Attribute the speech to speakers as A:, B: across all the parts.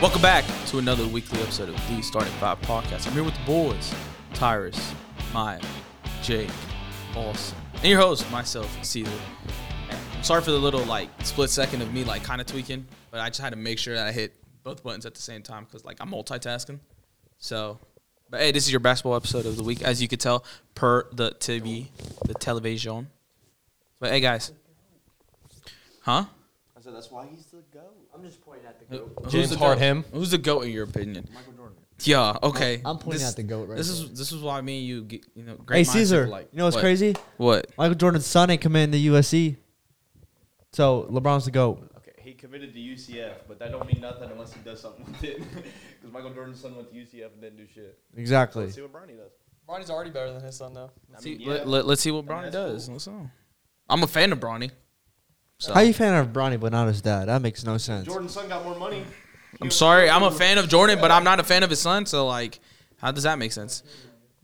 A: Welcome back to another weekly episode of the Starting Five Podcast. I'm here with the boys, Tyrus, Maya, Jake, Austin, and your host, myself, Caesar. And I'm sorry for the little like split second of me like kind of tweaking, but I just had to make sure that I hit both buttons at the same time because like I'm multitasking. So, but hey, this is your basketball episode of the week, as you could tell per the TV, the television. But hey, guys, huh?
B: I said that's why he's the goat. I'm just pointing at the
A: Who's the
C: Hart
A: goat?
C: him.
A: Who's the goat in your opinion? Yeah. Okay.
D: I'm pointing
A: this,
D: at the goat right
A: This is this is why me and you get you know great.
D: Hey
A: minds
D: Caesar,
A: think alike.
D: you know what's
A: What?
D: crazy?
A: What?
D: Michael Jordan's son ain't committing to USC. So LeBron's the goat.
B: Okay, he committed to UCF, but that don't mean nothing unless he does something with it. Because Michael Jordan's son went to UCF and didn't do shit.
D: Exactly.
B: see what Bronny does.
C: Bronny's already better than his son though.
A: Let's see,
B: mean, yeah.
A: let, let, us see what Bronny
B: that's
A: does. Let's see. I'm a fan of Bronny. So
D: How you fan of Bronny but not his dad? That makes no sense.
B: Jordan's son got more money.
A: I'm sorry. I'm a fan of Jordan, but I'm not a fan of his son. So like, how does that make sense?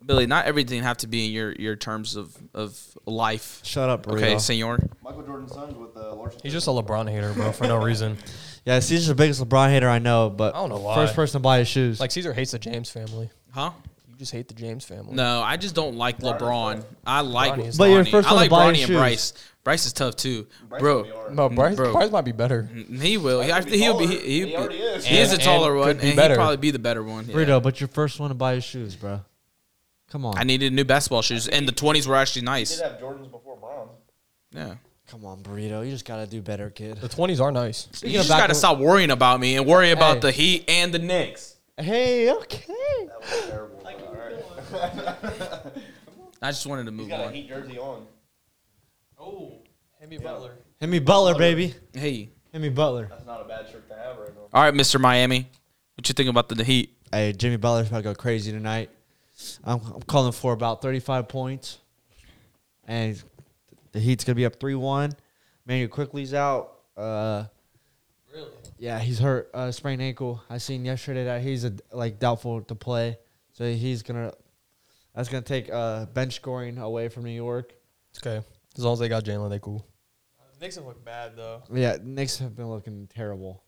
A: Billy, not everything have to be in your your terms of of life.
D: Shut up, burrito.
A: Okay, senor.
B: Michael Jordan's son's with uh, Larson.
C: He's just a LeBron hater, bro, for no reason.
D: yeah, Caesar's the biggest LeBron hater I know, but
C: I don't know why.
D: first person to buy his shoes.
C: Like Caesar hates the James family.
A: Huh?
C: You just hate the James family.
A: No, I just don't like LeBron. I like
C: Bronny is-
D: But you're
A: Bronny.
D: first
A: I
D: one
A: like
D: to buy
A: Bronny
D: his
A: and
D: shoes.
A: Bryce. Bryce is tough too, bro.
C: No, Bryce,
A: Bro.
C: Bryce might be better.
D: Mm.
A: He will. He,
B: Bryce
A: I,
B: could be
A: he'll be.
B: taller.
A: He,
B: He
A: he,
B: already is.
A: He is a
C: And-
A: taller
C: and
A: one,
C: could
A: and
C: be
A: he'd
C: better.
A: probably be the better one. yeah.
D: Burrito, but you're first one to buy his shoes, bro. Come on.
A: I needed new basketball shoes, and the twenties were actually
B: He
A: nice.
B: did have Jordan's before Bron's.
A: Yeah,
D: Come on, burrito. You just gotta do better, kid.
C: The twenties are nice.
A: you
D: Speaking
A: just gotta
D: back-
A: stop worrying about me and worry about
D: Hey.
A: the Heat and the Knicks.
D: Hey, okay.
B: That was terrible. but all right.
A: I just wanted to
B: He's
A: move
B: got a
A: on.
B: heat jersey on.
C: Oh, Hemi
B: Butler.
D: Hit me Butler, baby.
A: Hey,
D: Hit me Butler.
B: That's not a bad shirt to have right now.
A: all right, Mister Miami, what you think about the, the Heat?
D: Hey, Jimmy Butler's about to go crazy tonight. I'm, I'm calling for about 35 points. And the Heat's going to be up 3 1. Manuel Quickly's out. Uh,
C: Really?
D: yeah, he's hurt. Uh, sprained ankle. I seen yesterday that he's a, like doubtful to play. So he's going to. That's gonna take uh, bench scoring away from New York.
C: It's okay. As long as they got Jalen, they cool. Nixon look bad though.
D: Yeah, Knicks have been looking terrible.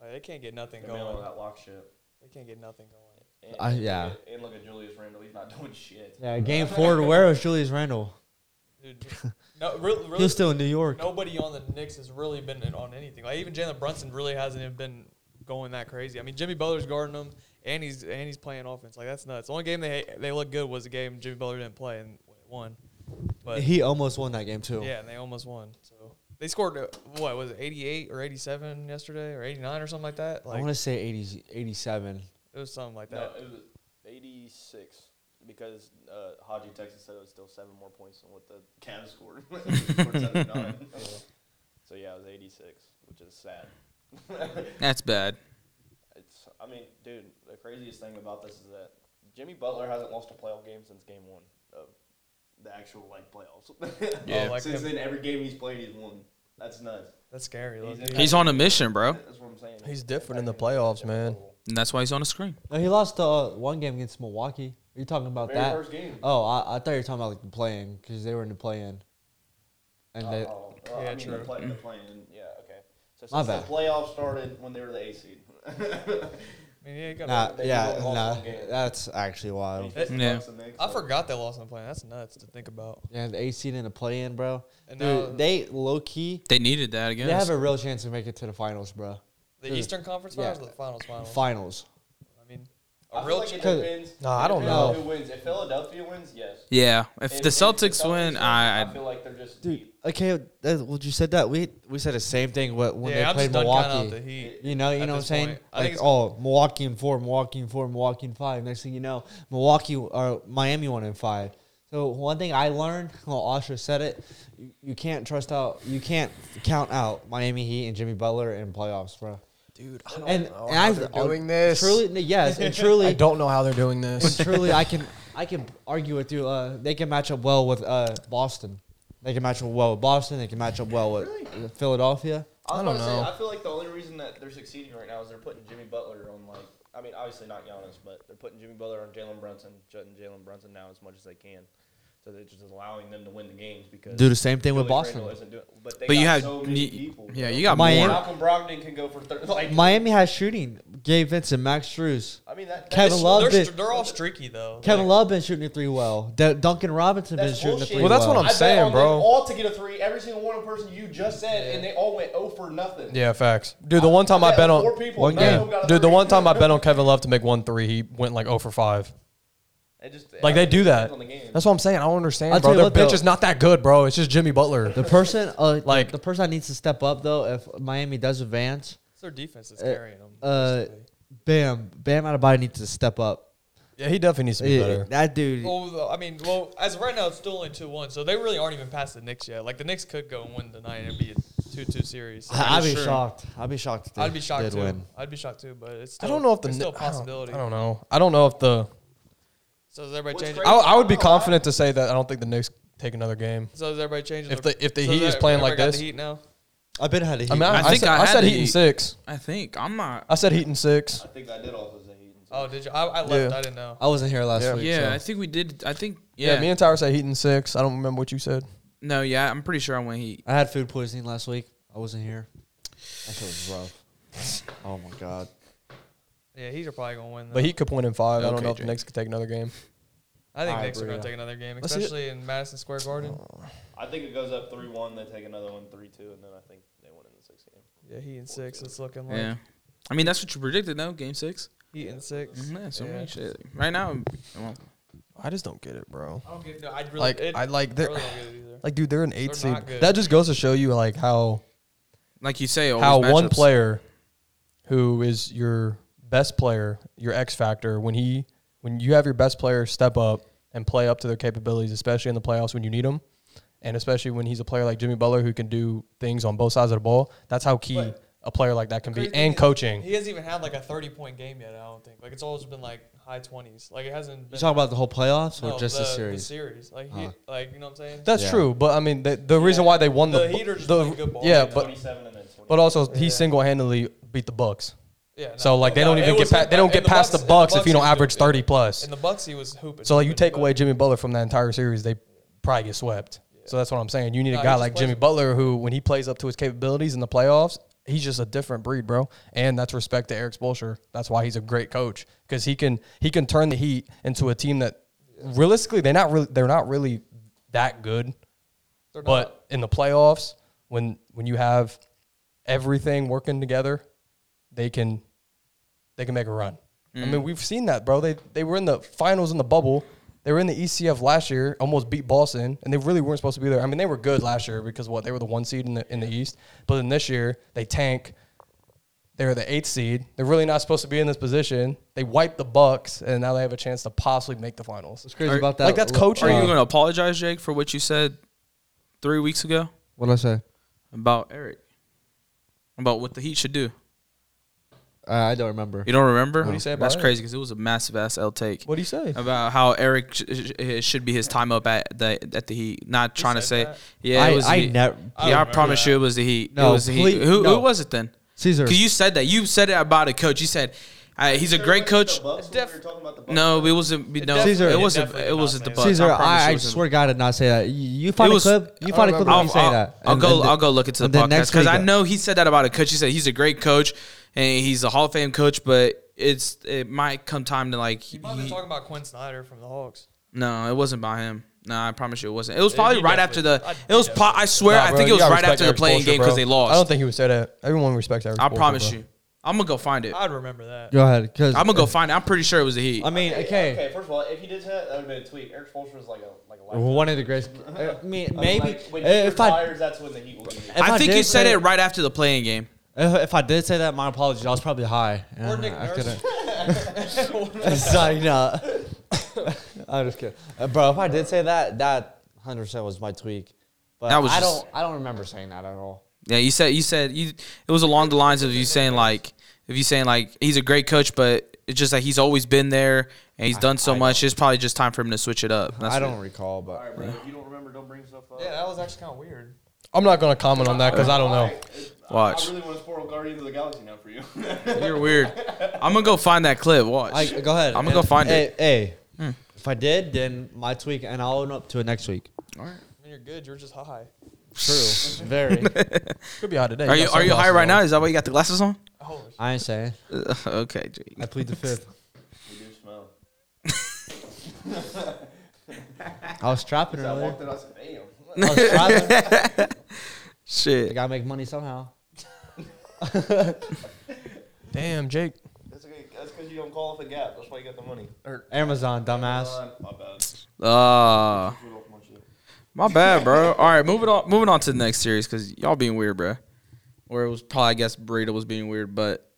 C: Like, they can't get nothing
B: Melo got lock shit.
C: They can't get nothing going.
B: And,
D: Uh, yeah.
B: And look at Julius Randle. He's not doing shit.
D: Yeah, game four. Where was Julius Randle?
C: Dude, no, really,
D: He was still in New York.
C: nobody on the Knicks has really been in- on anything. Like even Jalen Brunson really hasn't even been going that crazy. I mean, Jimmy Butler's guarding him, and he's and he's playing offense. Like that's nuts. The only game they they looked good was the game Jimmy Butler didn't play and won. But
D: He almost won that game too.
C: yeah, and they almost won. So they scored uh, what was it, 88 or 87 yesterday or 89 or something like that.
D: I
C: Like
D: want to say 80, 87.
C: it was something like
B: No,
C: that.
B: it was 86 because uh, Haji Texas said it was still seven more points than what the Cavs scored. Scored seven to nine. so yeah, it was 86, which is sad.
A: That's bad.
B: it's I mean, dude, the craziest thing about this is that Jimmy Butler hasn't lost a playoff game since game one of the actual like playoffs.
A: Yeah.
C: Oh, like
B: since
C: him-
B: then, every game he's played, he's won. That's nuts.
C: That's scary. look.
B: He's-
A: He's on a mission, bro,
B: That's what I'm saying.
C: He's different in the playoffs, man.
A: and that's why he's on the screen.
D: No, he lost uh, one game against Milwaukee. Are you talking about
B: Very
D: that?
B: first game.
D: Oh, I, I thought you were talking about like the playing because they were in the play-in, and they,
B: Oh, well, I
C: Yeah,
B: mean, they're
C: true.
B: playing- they're playing, yeah, okay. So
D: My
B: since the
D: bad.
B: playoffs started when they were the A seed.
C: I mean, yeah, you got
D: nah,
B: oh. they
D: yeah,
B: lost
D: nah,
B: one game.
D: that's actually wild.
A: Yeah.
C: I forgot they lost in the play. That's nuts to think about.
D: Yeah, the eight seed in the play-in, bro.
C: And
D: Dude,
C: now-
D: they low key,
A: They needed that again.
D: they have a real chance to make it to the finals, bro.
C: The
D: Dude.
C: Eastern Conference
D: Yeah.
C: Finals, or the Finals, Finals.
D: Finals.
C: I mean,
B: I
C: a
B: feel
C: real
B: like
C: ch-
B: it
D: ch- 'Cause-
B: depends.
C: Nah, I
B: It
C: don't
B: depends
D: know.
B: Who wins? If Philadelphia wins, yes.
A: yeah. If, the Celtics win,
B: win,
A: I,
B: I
A: I
B: feel like they're just
D: Dude,
B: deep.
D: okay, that, well, you said that we we said the same thing wh- when
C: yeah,
D: they
C: I'm
D: played
C: just done counting out
D: Milwaukee.
C: the Heat.
D: You know, you
C: at
D: know what I'm
C: this
D: saying?
C: point. I think
D: Like,
C: it's-
D: oh, Milwaukee in four, Milwaukee in four, Milwaukee in five. Next thing you know, Milwaukee or Miami one in five. So one thing I learned, well, Osher said it, you, you can't trust out, you can't count out Miami Heat and Jimmy Butler in playoffs, bro.
C: Dude, I don't
D: And,
C: know
D: and
C: how
D: I've
C: they're doing this.
D: Truly, n- yes, and
C: I
D: truly,
C: don't know how they're doing
D: and
C: this.
D: truly, I can, I can argue with you. Uh, they can match up well with uh, Boston. They can match up well with Boston. They can match up well with uh, Philadelphia.
B: I, was
C: I don't
B: about to
C: know.
B: Say, I feel like the only reason that they're succeeding right now is they're putting Jimmy Butler on like. I mean, obviously not Giannis, but they're putting Jimmy Butler on Jalen Brunson, shutting Jalen Brunson down as much as they can. So they're just allowing them to win the games because
D: Do the same thing with
B: Julius
D: Boston.
B: Randle isn't doing- but, they
A: But you
B: got
A: have
B: so many
A: you-
B: people.
A: yeah,
B: bro.
A: you got
D: Miami-
A: more.
B: Malcolm Brogdon can go for thir- like
D: Miami has shooting. Gabe Vincent, Max Struz.
B: I mean, that, that
D: Kevin
B: is-
D: Love
C: they're,
D: been-
C: str- they're all streaky though.
D: Kevin
C: Like,
D: Love been shooting a three well. D- Duncan Robinson been
B: That's
D: shooting a
B: bullshit.
D: three
B: Well,
E: that's what
D: well.
E: I'm
B: I bet
E: saying,
B: on them
E: bro.
B: All to get a three. Every single one of person you just said, and they all went 0 for nothing.
E: Yeah, facts. Dude, the one time I bet
B: on four
E: on
B: people,
D: one
B: none of
D: game.
B: them got a
E: Dude, the
B: three.
E: one time I bet on Kevin Love to make one three, he went like 0 for 5.
B: It just-
E: Like they
B: it
E: do that.
B: depends on the game.
E: That's what I'm saying. I don't understand,
D: I'll
E: bro.
D: tell you
E: Their
D: what,
E: bench
D: though.
E: is not that good, bro. It's just Jimmy Butler.
D: The person, uh,
E: Like-
D: like the person that needs to step up though, if Miami does advance,
C: it's their defense that's
D: Uh,
C: carrying them.
D: uh,
C: basically.
D: Bam, Bam Adebayo needs to step up.
E: Yeah, he definitely needs to be
D: Yeah,
E: better.
D: that dude,
C: Well, the- I mean, well, as of right now, it's still only two one, so they really aren't even past the Knicks yet. Like the Knicks could go and win tonight and it'd be a two two series. So
D: I, would be
A: sure.
D: shocked. I'd be shocked. If they
C: I'd be shocked
D: did
C: too.
D: win.
C: I'd be shocked too, but it's
E: I
C: still,
E: don't know if the
C: it's still a
E: Kni- I don't-
C: possibility.
E: I don't, know. I don't know if the
C: So is everybody
B: What's
C: changing?
B: crazy-
E: I, I would be confident to say that I don't think the Knicks take another game.
C: So is everybody changing?
E: If
C: their-
E: the if the
C: so
E: Heat is
C: that-
E: playing like
C: everybody got
E: this,
C: the Heat now.
D: I been had a
E: I mean, I,
A: I
E: I
A: think
E: said,
A: I
E: I,
A: had
E: said
A: the
E: Heat in
A: Heat.
E: six.
A: I think I'm not.
E: I said Heat in six.
B: I think I did also say Heat. and
C: Oh, did you? I, I left.
E: Yeah.
C: I didn't know.
D: I wasn't here last
E: Yeah.
D: week.
A: Yeah, I
D: so.
A: think we did. I think
E: Yeah,
A: yeah.
E: me and Tyler said Heat in six. I don't remember what you said.
A: no, yeah, I'm pretty sure I went Heat.
D: I had food poisoning last week. I wasn't here. That shit was rough. Oh my god.
C: Yeah, Heat are probably gonna win. Though.
E: But Heat could point in five. I don't
A: Okay,
E: know if the
A: Jake.
E: Knicks could take another game.
C: I think
E: I
C: Knicks are
E: agree,
C: gonna
E: yeah.
C: take another game,
E: Let's see it. Oh.
C: especially in Madison Square Garden.
B: I think it goes up three one. They take another one three two, and then I think they win in the sixth game.
C: Yeah, Heat and six. It's looking like
A: Yeah, I mean that's what you predicted, though. Game 6
C: Heat and 6
E: Mm-hmm.
A: Mhm, yeah, so I mean,
C: Yeah.
A: shit. Right now, well,
E: I just don't get it, bro.
C: I don't get. No, I'd really.
E: Like
C: it,
E: I like
C: I
E: they're
C: really don't get it either.
E: like dude, they're an
C: They're
E: eight seed.
C: not good.
E: That just goes to show you like how
A: like you say, all
E: how
A: these
E: one
A: matchups-
E: player who is your best player, your X factor, when he when you have your best player step up and play up to their capabilities, especially in the playoffs when you need them, and especially when he's a player like Jimmy Butler who can do things on both sides of the ball. That's how key
B: But-
E: a player like that can
C: Crazy
E: be,
C: thing
E: and
C: is,
E: coaching.
C: He hasn't even had like a thirty-point game yet. I don't think. Like it's always been like high twenties. Like it hasn't.
D: You
C: Been,
D: talking about the whole playoffs or
C: no,
D: just the,
C: The
D: series?
C: series. Like he,
D: Huh.
C: like you know what I'm saying.
E: That's
D: Yeah.
E: true, but I mean the, the reason why they won the
C: The
E: bu-
C: Heat are just
E: the-
C: playing good ball
E: yeah,
C: right now.
E: but
B: Twenty seven and then twenty.
E: but also
C: Yeah.
E: he single handedly beat the Bucks.
C: yeah. no,
E: So like they
C: no,
E: don't
C: it
E: even get
C: was
E: past
C: him-
E: they don't
C: and
E: get past the
C: and
E: Bucks if you don't
C: he was
E: average
C: hooping.
E: thirty plus.
C: In the Bucks, he was hooping.
E: So like you
C: hooping,
E: take
C: but-
E: away Jimmy Butler from that entire series, they probably get swept. So that's what I'm saying. You need
C: Nah,
E: a
C: he
E: guy
C: just
E: like
C: plays
E: Jimmy
C: with-
E: Butler who, when he plays up to his capabilities in the playoffs, he's just a different breed, bro. And that's respect to Eric Spoelstra. That's why he's a great coach because he can he can turn the Heat into a team that realistically they're not really they're not really that good,
C: They're not-
E: but in the playoffs when when you have everything working together, they can they can make a run. I
A: Mm.
E: mean, we've seen that, bro. They they were in the finals in the bubble. They were in the ECF last year, almost beat Boston, and they really weren't supposed to be there. I mean, they were good last year because what they were the one seed in the in the East, but then this year they tank. They were the eighth seed. They're really not supposed to be in this position. They wiped the Bucks, and now they have a chance to possibly make the finals.
D: What's crazy
A: Are-
D: about that?
E: like, that's
D: uh,
E: coaching.
A: Are you going to apologize, Jake, for what you said three weeks ago
D: What did I say?
A: about Eric, about what the Heat should do?
D: Uh, I don't remember.
A: You don't remember? What
E: do you say about
A: That's
E: Eric?
A: crazy because it was a massive ass L take
E: What do you say?
A: about how Eric sh- sh- it should be his time up at the at the Heat. Not trying to
C: said
A: say,
C: that?
A: yeah,
D: I,
A: it was. the
D: I
A: Heat.
D: never.
C: I
A: yeah, I
C: remember
A: promise
C: that.
A: you, it was the Heat.
D: No,
A: it was the Heat.
D: please-
A: Who,
D: no.
A: who was it then?
D: Caesar.
A: Because you said that. You said it about a coach. You said uh, he's a great coach.
B: The Bucks,
C: Def-
B: when we were talking about the Bucks.
A: No, it wasn't. It no,
C: definitely-
D: Caesar-
A: it
D: it
A: wasn't.
C: definitely
A: It
C: did
A: wasn't
C: not
A: the
C: say
A: Bucks.
D: Caesar,
A: promise
D: I,
A: you
D: I
A: it wasn't.
D: swear to God, I did not say that. You, you find
A: It was-
D: a clip. You find a clip of
A: I'll,
D: me saying
A: I'll-
D: that.
A: I'll
D: and
A: go.
D: then-
A: I'll go look into
D: and
A: the
D: then
A: podcast
D: next
A: because I
D: week- uh,
A: know he said that about a coach. He said he's a great coach and he's a Hall of Fame coach, but it's it might come time to like.
C: You might have been
A: he-
C: talking about Quinn Snyder from the Hawks.
A: no, it wasn't by him. No, I promise you, it wasn't. It was
C: Yeah,
A: probably
C: he
A: right after
C: definitely-
A: the.
C: I-
A: It was.
C: he
A: Pro- I swear,
E: Nah,
A: I
E: bro,
A: think it
E: you
A: was
E: gotta
A: right
E: respect
A: after the
E: Eric
A: playing
E: Spoelstra,
A: game because
E: bro.
A: they
E: I don't
A: lost.
E: think he would say that. Everyone respects Eric.
A: I
E: Spoelstra,
A: promise
E: bro.
A: you, I'm gonna go find it.
C: I'd remember that.
D: Go ahead, because
A: I'm gonna go find it. I'm pretty sure it was the Heat.
D: I mean, okay.
B: Okay, first of all, if he did that, that would have been a tweet. Eric Spoelstra is like a like a.
D: Well,
B: life-
D: One of the greatest. I mean,
B: I mean,
D: maybe eh,
B: like, when he
D: if I
B: retires, that's when the Heat will be.
D: if
A: I think
D: did
A: you said
D: say-
A: it right after the playing game.
D: If, if I did say that, my apologies. I was probably high.
C: Or Nick
D: I
C: Nurse.
D: couldn't- Sorry, no. I'm just kidding, Uh, bro. If I did say that, that 100 percent was my tweak. But
A: That was
D: I
A: just-
D: don't. I don't remember saying that at all.
A: Yeah, you said you said you. It was along the lines of you saying like, if you saying like he's a great coach, but it's just like he's always been there and he's done so
D: I
A: much. It's probably just time for him to switch it up. That's
D: I
A: what-
D: don't recall, but
B: All right, bro. If you don't remember, don't bring stuff up.
C: Yeah, that was actually kind of weird.
E: I'm not going to comment on that because Uh, I don't know.
A: Watch.
B: I really want to spoil Guardians of the Galaxy now for you.
A: You're weird. I'm gonna go find that clip. Watch.
D: I, go ahead.
A: I'm gonna go find
D: hey,
A: it. Hmm.
D: Hey, if I did, then my tweak, and I'll own up to it next week.
A: All right.
C: I mean, you're good. You're just high.
D: True. Very.
E: Could be hot today.
A: Are you
E: got
A: are you high
E: sunglasses
A: right
E: on.
A: now? Is that why you got the glasses on?
C: Holy
D: I ain't saying.
A: okay, Jake.
D: I plead the fifth.
B: We do smell.
D: I was trapping
B: So I
D: earlier.
B: walked in, I said, damn.
D: I was trapping. I
A: Shit.
D: gotta make money somehow.
E: Damn, Jake.
B: That's okay. That's because you don't call off a gap. That's why you got the money. Or
D: Amazon, dumbass.
B: Amazon. My bad.
A: Ah,
B: Screwed off my shit.
A: my bad, bro. All right, moving on. Moving on to the next series because y'all being weird, bro. Where it was probably, I guess, Burrito was being weird, but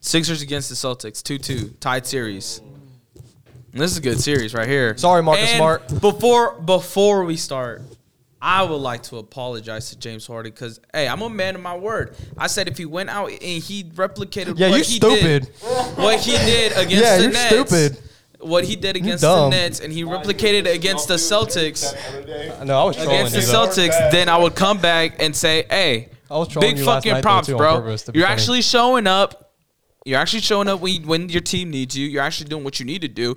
A: Sixers against the Celtics, two-two, tied series. And this is a good series right here.
E: Sorry, Marcus
A: And
E: Smart.
A: Before before we start, I would like to apologize to James Harden because hey, I'm a man of my word. I said if he went out and he replicated
E: Yeah,
A: what
E: you're
A: he
E: stupid.
A: did, what he did against
E: Yeah,
A: the
E: you're
A: Nets,
E: stupid.
A: what he did against the
E: dumb.
A: Nets, and he replicated it against the Celtics,
B: That other day.
E: No, I was trolling
A: against the
E: you. though.
A: Celtics, then I would come back and say, "Hey,
E: I was trolling
A: big
E: you last night,
A: fucking
E: though,
A: props,
E: too, on
A: bro.
E: purpose, to be
A: You're
E: funny.
A: actually showing up. You're actually showing up when when your team needs you. You're actually doing what you need to do,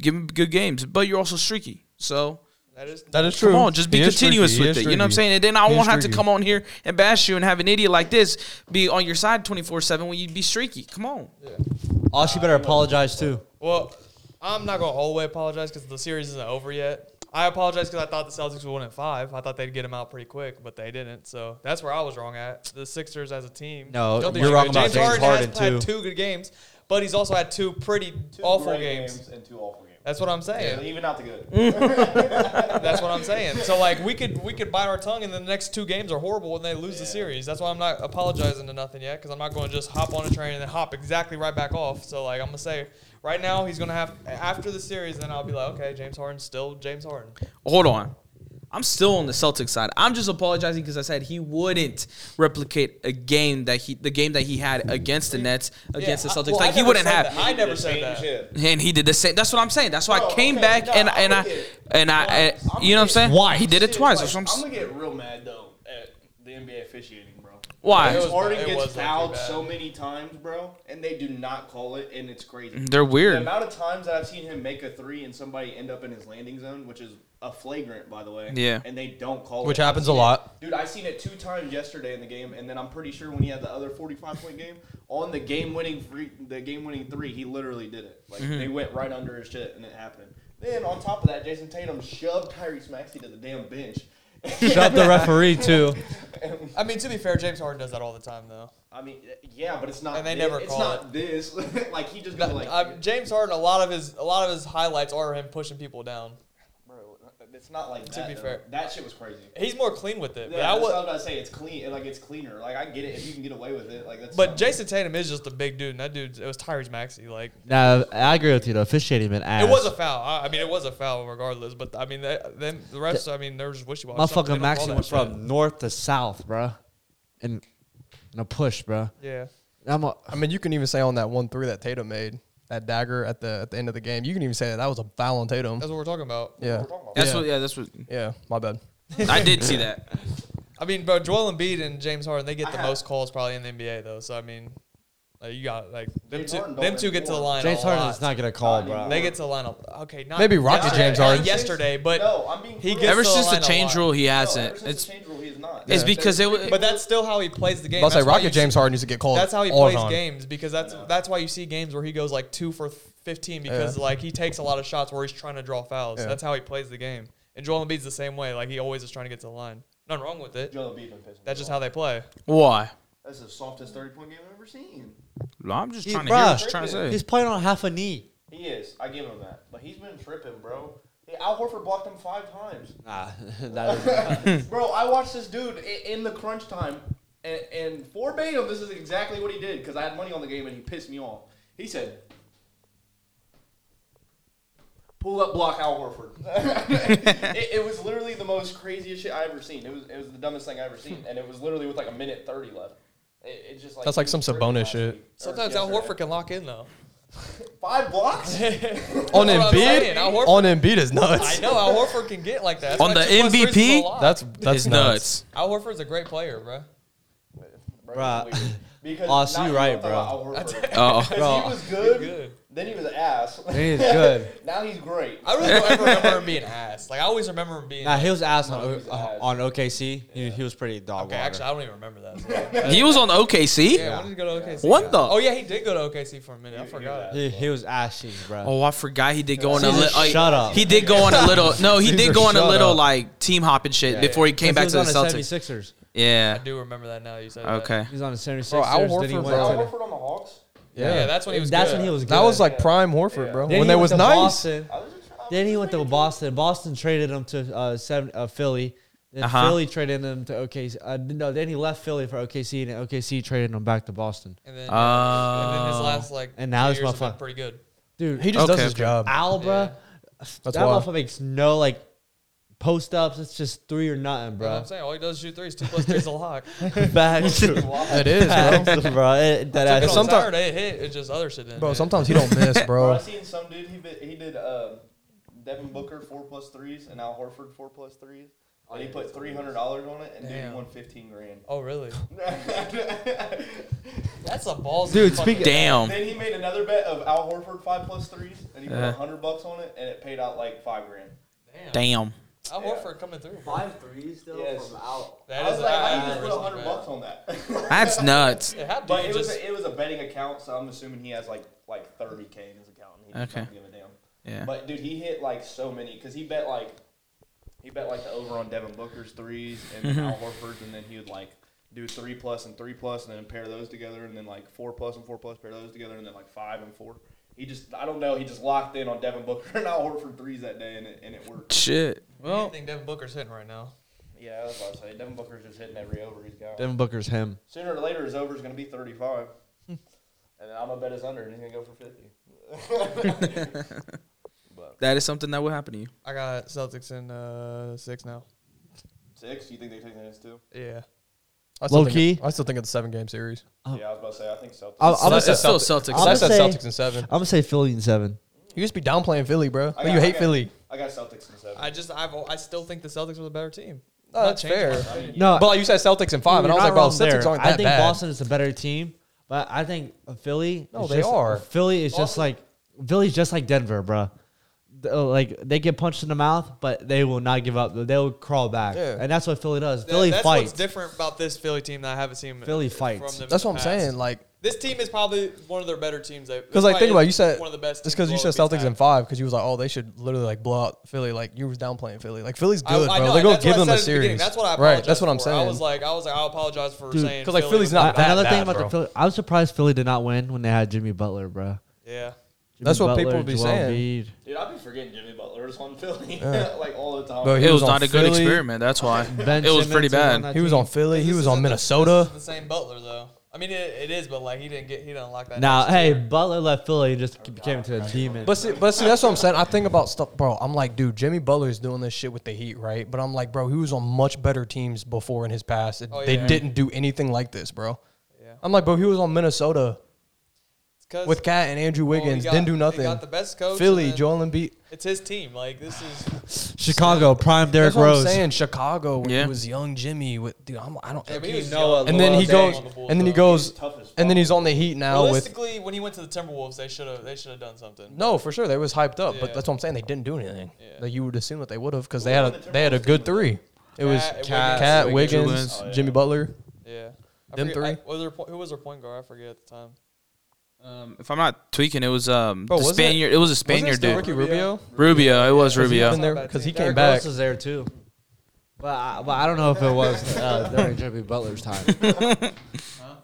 A: giving good games, but you're also streaky. So."
C: That is
E: That is true.
A: Come on, just be
E: He is
A: continuous
E: streaky. He
A: with it.
E: is
A: You know what I'm
E: streaky.
A: saying? And then I
E: He is
A: won't have to
E: streaky.
A: come on here and bash you and have an idiot like this be on your side 24 7 when you'd be streaky. Come on.
D: Oh, she better apologize too.
C: Well, I'm not gonna all the way apologize because the series isn't over yet. I apologize because I thought the Celtics would win at five. I thought they'd get him out pretty quick, but they didn't. So that's where I was wrong at. The Sixers as a team.
D: No,
C: Don't think
D: you're
C: they're
D: wrong
C: good.
D: about James Harden,
C: has
D: too.
C: had two good games, but he's also had two pretty
B: Two
C: awful
B: great
C: games.
B: and two awful games.
C: That's what I'm saying.
B: Even out the
A: Mm.
B: good.
C: That's what I'm saying. So like we could we could bite our tongue, and the next two games are horrible, and they lose the series. That's why I'm not apologizing to nothing yet, because I'm not going to just hop on a train and then hop exactly right back off. So like I'm gonna say right now he's gonna have after the series, then I'll be like, okay, James Harden's still James Harden.
A: Hold on. I'm still on the Celtics side. I'm just apologizing because I said he wouldn't replicate a game that he the game that he had against the Nets against
C: Yeah,
A: the
C: I-
A: Celtics.
C: well, I
A: like he
C: never
A: wouldn't
C: said
A: have.
C: that. I never
B: Just
C: said
B: ain't
C: that.
B: shit.
A: And he did the same. That's what I'm saying. That's why
B: No,
A: I came
B: okay,
A: back
B: no,
A: and
B: I'm
A: and I
B: with it.
A: and I, and-
B: I'm
A: you know what I'm
B: with it.
A: saying? Why he did it
B: Shit,
A: twice?
B: like,
A: That's what I'm
B: I'm
A: s-
B: gonna get real mad though at the NBA officiating, bro.
A: why
C: It was-
B: Harden
C: it
B: gets
C: was not too
B: fouled
C: bad.
B: so many times, bro, and they do not call it, and it's crazy.
A: they're
B: The
A: weird.
B: amount of times that I've seen him make a three and somebody end up in his landing zone, which is a flagrant, by the way.
A: Yeah.
B: And they don't call
E: Which
B: it. I've
E: happens a
B: seen it-
E: lot.
B: Dude, I seen it two times yesterday in the game, and then I'm pretty sure when he had the other 45 point game on the game winning free, the game winning three, he literally did it. Like
A: Mm-hmm.
B: they went right under his shit, and it happened. Then on top of that, Jason Tatum shoved Tyrese Maxey to the damn bench.
D: Shut the referee too.
C: I mean, to be fair, James Harden does that all the time though.
B: I mean, yeah, but it's not.
C: And they
B: thi-
C: never
B: It's
C: call
B: not this. like he just got like.
C: Uh, James Harden, a lot of his a lot of his highlights are him pushing people down.
B: bro, it's not like that.
C: be
B: though.
C: fair.
B: that shit was crazy.
C: He's more clean with it. but
B: Yeah,
C: I
B: that's
C: wa-
B: what I was about to say. It's clean, like it's cleaner. Like I get it if you can get away with it. Like that's.
C: but Jason Tatum is just a big dude, and that dude it was Tyrese Maxey. Like
D: Now I agree with you. The officiating been ass.
C: It was a foul. I, I mean, it was a foul regardless. But I mean, that, then the refs. I mean, they're just wishy washy.
D: motherfucking Maxi went from north to south, bro, and and a push, bro.
C: Yeah.
D: I'm a,
E: I mean, you can even say on that one three that Tatum made, that dagger at the at the end of the game, you can even say that that was a foul on Tatum.
C: That's what we're talking about.
E: Yeah,
A: That's
E: Yeah.
A: what. Yeah, that's what.
E: yeah, my bad.
A: I did see that.
C: I mean, but Joel Embiid and James Harden, they get
B: I
C: the
B: have-
C: most calls probably in the NBA, though. So, I mean, like, you got, like, them
B: James
C: two,
B: Harden don't
C: them two get to the
B: anymore.
C: line.
D: James
C: a
D: Harden
C: lot.
D: is not gonna call,
B: Not
D: bro.
B: anymore.
C: They get to the line. A, okay. Not
E: Maybe Rocket
C: yesterday-
E: James Harden.
C: not yesterday, but
B: no, I'm being.
C: he
B: clear.
C: gets
A: Ever
C: to the
A: since the
C: line a
A: change
C: lot.
A: rule, he
B: No, ever
A: hasn't.
B: since
A: It's
B: the change rule, he's not.
A: it's because it. w-
C: But that's still how he plays the game.
E: I'll say
C: That's why
E: Rocket
C: you
E: James
C: see-
E: Harden used to get called.
C: That's how he
E: all the
C: plays
E: time.
C: games because that's that's why you see games where he goes like two for fifteen because
E: Yeah.
C: like he takes a lot of shots where he's trying to draw fouls.
E: Yeah.
C: That's how he plays the game. And Joel Embiid's the same way. Like he always is trying to get to the line. Nothing wrong with it.
B: Joel Embiid been pissing.
C: That's just
B: me off.
C: how they play.
A: why?
B: That's the softest thirty point game I've ever seen.
A: No, I'm just
D: He-
A: trying to hear what
D: bruh.
A: you're trying to say.
D: He's playing on half a knee.
B: He is. I give him that. But he's been tripping, bro. Hey, Al Horford blocked him five times.
D: Nah, that is,
B: Bro, I watched this dude i- in the crunch time, and, and verbatim, this is exactly what he did because I had money on the game and he pissed me off. He said, "Pull up, block Al Horford." it, it was literally the most craziest shit I ever seen. It was it was the dumbest thing I ever seen, and it was literally with like a minute thirty left. It, it's just like
E: That's like
B: he
E: some
B: was tripping
E: Sabonis
B: last
E: shit.
B: week, or
C: Sometimes Al
B: yesterday.
C: Horford can lock in though.
B: five blocks.
E: On
C: That's what I'm saying.
E: Embiid,
C: Al Horford-
E: on Embiid is nuts.
C: I know Al Horford can get like that. That's
A: On the
C: why two plus threes is a
A: MVP?
C: lot.
E: That's that's
A: It's nuts.
C: Al Horford's a great player, bro.
B: Bro, it's
D: Bruh.
B: weird. Because
D: Austin,
B: not-
D: you're
B: you
D: right,
B: don't talk
D: bro.
B: about Al Horford.
A: Oh,
B: Because he
D: Bro.
B: was good,
C: good.
B: then he was ass.
D: He is good.
B: now he's great.
C: I really don't ever remember him being ass. Like I always remember him being.
D: Nah, he was ass on, uh,
B: he was ass.
D: on OKC. He, he was pretty dog
C: okay,
D: water.
C: actually, I don't even remember that. so-
A: Oh, he was on OKC.
C: yeah, when did he go to OKC?
A: What the?
C: Oh yeah, he did go to OKC for a minute. I forgot.
D: he, he was ass cheeks, bro.
A: Oh, I forgot he did go on a
D: Caesar,
A: little.
D: shut up.
A: He did go on a little. No, he
D: Caesar,
A: did go on a
D: shut
A: little
D: up.
A: like team hop and shit before he came back
D: He
A: to the
D: was on the
A: Celtics.
D: 76ers.
A: Yeah.
C: I do remember that now. You said that.
A: Okay.
D: He was on the 76ers.
E: Bro, Al
D: then he
E: Horford,
D: went
E: bro.
B: Al
D: to
B: Horford on the Hawks.
C: Yeah, that's when he was.
D: That's
C: good.
D: when he was good.
E: That was like prime Horford, bro.
D: Then he
E: when they
D: went
E: was
D: to
E: nice.
D: Boston.
B: I was just trying
D: Then he went to
B: thinking-
D: Boston. Boston traded him to uh, seven, uh, Philly. Then
A: Uh-huh.
D: Philly traded him to OKC. Uh, no, then he left Philly for OKC, and OKC traded him back to Boston.
C: And then, yeah, and then his last
B: Oh.
C: like
D: And now
C: few
D: this
C: years have been
D: motherfucker-
C: pretty good.
D: Dude,
E: He just does
A: Okay,
E: his
A: okay.
E: job.
D: Albra, that
E: wild.
D: motherfucker makes no like post ups. It's just three or nothing,
C: That's what
D: bro.
C: I'm saying all he does is shoot threes. Two plus threes a lock.
D: Facts,
E: It is, bro.
D: Facts, bro. It- that
C: Took it
D: ass-
C: on
E: sometimes-
C: Saturday. It hit. It's just other shit. Didn't
E: Bro,
C: hit.
E: sometimes he don't miss,
B: Bro, I
E: bro.
B: seen some dude. He bit, he did um, Devin Booker four plus threes and Al Horford four plus threes.
C: Oh,
B: And he put three hundred dollars on it, and dude,
C: Damn.
B: he won fifteen grand.
C: Oh really?
B: then
C: That's a balls.
D: Dude, speak-
A: Damn.
B: he made another bet of Al Horford five plus threes, and he put
D: Uh-huh.
A: Uh.
B: a hundred bucks on it, and it paid out like five grand.
C: Damn.
A: Damn.
C: Al
B: Yeah.
C: Horford coming through.
F: Five threes though
B: Yes.
F: from out.
C: That
B: I
C: is
B: was
C: a
B: like, how do you just
C: bad
B: put a hundred bucks
C: bucks.
B: on that?
A: That's nuts.
C: Yeah, how do
B: But
C: you
B: it was
C: just?
B: a, it was a betting account, so I'm assuming he has like like 30k in his account. And he just
A: Okay.
B: don't give a damn.
A: Yeah.
B: But dude, he hit like so many because he bet like he bet like the over on Devin Booker's threes
A: Mm-hmm.
B: and Al Horford's, and then he would like do three plus and three plus, and then pair those together, and then like four plus and four plus, pair those together, and then like five and four. He just I don't know. He just locked in on Devin Booker and Al Horford threes that day, and it, and it worked.
A: Shit.
C: Well,
A: Well,
C: think Devin Booker's hitting right now.
B: Yeah, I was about to say Devin Booker's just hitting every over he's got.
D: Devin Booker's him.
B: Sooner or later, his over is going to be 35.
A: Hmm.
B: and then I'm going to bet his under, and he's going to go for 50.
A: that is something that will happen to you.
C: I got Celtics in uh, six now.
B: Six? You think they take the next two?
C: Yeah.
E: I still
D: Low
E: think
D: key.
E: it- I still think it's a seven game series.
B: Yeah, I was about to say, I think Celtics.
D: I'll-
A: I'm
D: I'll-
E: Unless
A: it's still
E: Celtics-
A: Celtics.
E: Unless
D: I'm
E: that's
D: gonna say-
E: Celtics in seven.
D: I'm gonna say Philly in seven.
E: You used to be downplaying Philly, bro.
B: I
E: But
B: got-
E: you
B: I
E: hate
B: got-
E: Philly.
B: I got Celtics in seven.
C: I just I've al- I still think the Celtics were the better team.
E: No,
C: Not
E: that's
C: changing
E: fair.
C: my
E: I
C: opinion.
D: No,
E: Oh, But like you said Celtics in five, and I was
D: You're not
E: like, bro,
D: wrong
E: Celtics
D: there.
E: aren't that
D: I think
E: bad.
D: Boston is a better team, but I think Philly.
E: No,
D: is
E: they
D: just-
E: are.
D: Philly is just
C: Boston-
D: like Philly's just like Denver, bro. The- Like they get punched in the mouth, but they will not give up. They'll crawl back,
E: Yeah.
D: and that's what Philly does.
C: That-
D: Philly
C: that's
D: fights.
C: what's different about this Philly team that I haven't seen.
D: Philly
C: from
D: fights.
C: them in
E: That's
C: the
E: what I'm
C: past.
E: saying. Like,
C: This team is probably one of their better teams.
E: because like think about it, you said
C: one of the best.
E: It's
C: teams
E: because you
C: we'll
E: said
C: ever
E: Celtics
C: be
E: in
C: back.
E: five because you was like, oh, they should literally like blow out Philly. Like you was downplaying Philly. Like Philly's
C: I-
E: good,
C: I
E: bro.
C: know,
E: They go
C: that's what
E: give
C: I
E: them
C: said
E: a
C: at the beginning.
E: series.
C: That's what I
E: Right,
C: apologize
E: that's what I'm
C: for. I
E: saying.
C: was like, I was like, I apologize for
D: Dude,
C: saying
E: 'cause, like,
C: Philly
E: Philly's
C: was
E: not
C: the
E: that
D: Another
E: bad,
D: thing about
E: bro.
D: the Philly, I was surprised Philly did not win when they had Jimmy Butler, bro.
C: Yeah,
D: Jimmy
E: That's what
D: Butler,
E: people would be
D: Joel
E: saying.
D: Embiid.
B: Dude, I've been forgetting Jimmy Butler was on Philly like all the time.
E: Bro, he
A: It was
E: on
A: not a good
E: Philly.
A: experiment. That's why
D: Ben
A: it was pretty
D: Simmons on
A: bad.
D: that
E: He was
D: team.
E: on Philly. He
C: This
E: was
C: isn't
E: on
C: the-
E: Minnesota.
C: this isn't The same Butler though. I mean, it, it is, but like he didn't get he didn't lock that.
D: Now,
C: down.
D: hey, Butler left Philly and just became into a demon.
E: But see, but see, that's what I'm saying. I think about stuff, bro. I'm like, dude, Jimmy Butler is doing this shit with the Heat, right? But I'm like, bro, he was on much better teams before in his past. It-
C: Oh,
E: They
C: yeah.
E: didn't do anything like this, bro.
C: Yeah.
E: I'm like, bro, he was on Minnesota
C: 'Cause-
E: with Cat and Andrew
C: well, he
E: Wiggins,
C: got-
E: didn't do
C: he
E: nothing.
C: got the best coach.
E: Philly,
C: and then
E: Joel Embiid.
C: It's his team. Like this is.
D: Chicago, prime Derrick
E: That's what I'm
D: Rose.
E: saying. Chicago when
A: Yeah.
E: he was young, Jimmy. With dude, I'm, I don't.
C: Yeah, but he
D: You
C: was
D: know
C: young.
D: a
E: and then
D: Well,
E: he
D: they-
E: goes,
C: on the Bulls,
E: and then he
C: though.
E: goes,
B: tough as
E: and then he's on the Heat now with.
C: Realistically, when he went to the Timberwolves, they should have they should have done something.
E: No, for sure they was hyped up,
C: Yeah.
E: but that's what I'm saying. They didn't do anything.
C: Yeah.
E: Like you would assume that they would have because they had a they had a good three. It was
C: Cat,
E: Cat,
C: Cat,
E: Wiggins,
A: Wiggins.
B: Oh, yeah.
E: Jimmy Butler.
C: Yeah. I
E: Them
C: forget- I-
E: three?
C: was their po- who was their point guard? I forget at the time.
A: Um, if I'm not tweaking, it was um
E: Bro,
A: the
E: was it-
A: Spaniard. It, was a
E: Wasn't it
A: Spaniard
E: still
A: dude,
E: Ricky Rubio?
A: Rubio. It was Rubio.
E: Rubio. Been there because he came
D: Derrick
E: back.
D: Rose was there too. But I, but I don't know if it was uh, during Jimmy Butler's time.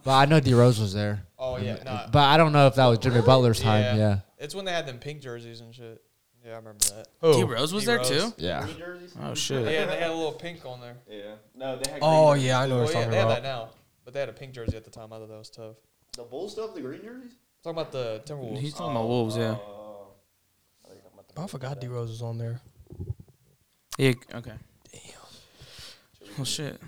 D: But I know D Rose was there.
C: Oh yeah, no.
D: But I don't know if that was Jimmy Butler's time. Yeah.
C: It's when they had them pink jerseys and shit. Yeah, I remember that.
A: D
E: Who?
A: Rose was
C: D.
A: there
C: Rose.
A: too.
D: Yeah.
B: New jerseys?
A: Oh shit.
C: Yeah, they had a little pink on there.
B: Yeah. No, they had.
E: Oh
B: green jerseys.
E: yeah, I know
C: Oh
E: what
C: yeah,
E: you're
C: they
E: talking
C: have that
E: about.
C: now. But they had a pink jersey at the time. I thought that was tough.
B: The Bulls still have the green jerseys.
C: I'm talking about the Timberwolves.
A: He's talking about Wolves. Yeah.
B: Oh. I think I'm about to-
E: I forgot D Rose was on there.
A: Yeah. Okay. Well, shit.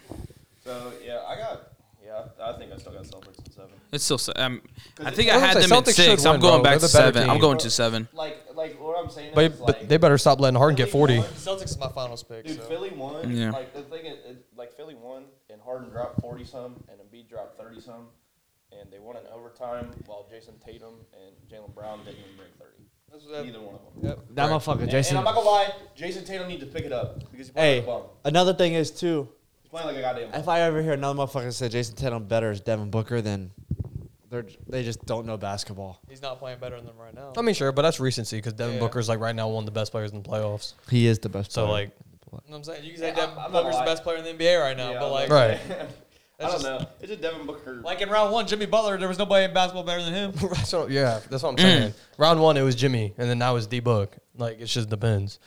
B: So yeah, I got. Yeah, I think I still got Celtics in seven.
A: It's still. se- Um, I
B: 'Cause
A: think
E: it-
A: I
E: I was
A: had
E: gonna
A: them
E: say
A: at
E: Celtics
A: six.
E: should
A: I'm
E: win,
A: going
E: bro.
A: back to
E: They're the better
A: seven. I'm
E: team.
A: going to seven.
B: Like, like what I'm saying is,
E: But,
B: like,
E: but they better stop letting Harden get
B: Philly
E: 40.
B: won.
C: Celtics is my finals pick.
B: Dude,
C: so.
B: Philly won.
A: Yeah.
B: Like the thing is, it, like Philly won, and Harden dropped forty some, and Embiid dropped thirty some. and they won in overtime while Jason Tatum and Jalen Brown didn't even break 30.
C: That's what happened.
B: Neither one of them.
C: Yep.
D: That
E: Right.
D: motherfucker,
B: And, and
D: Jason.
B: I'm not gonna lie, Jason Tatum need to pick it up because he's playing
D: Hey,
B: like a bum.
D: another thing is too.
B: He's playing like a goddamn. Bum.
D: If I ever hear another motherfucker say Jason Tatum better is Devin Booker, then they're they just don't know basketball.
C: He's not playing better than them right now.
E: I mean, sure, but that's recency because Devin
C: Yeah.
E: Booker's like right now one of the best players in the playoffs.
D: He is the best.
E: So like,
C: You know what I'm saying? You can say
B: Yeah,
C: Devin
B: I'm- I'm not
C: Booker's the
B: lying.
C: best player in the NBA right now,
B: Yeah,
C: but
B: I'm
C: like,
B: not-
E: Right.
B: I don't
C: just-
B: know. It's just Devin Booker.
C: like in round one, Jimmy Butler, there was nobody in basketball better than him.
E: that's what, yeah, that's what I'm saying. Round one, it was Jimmy, and then now it's D Book. Like it just depends.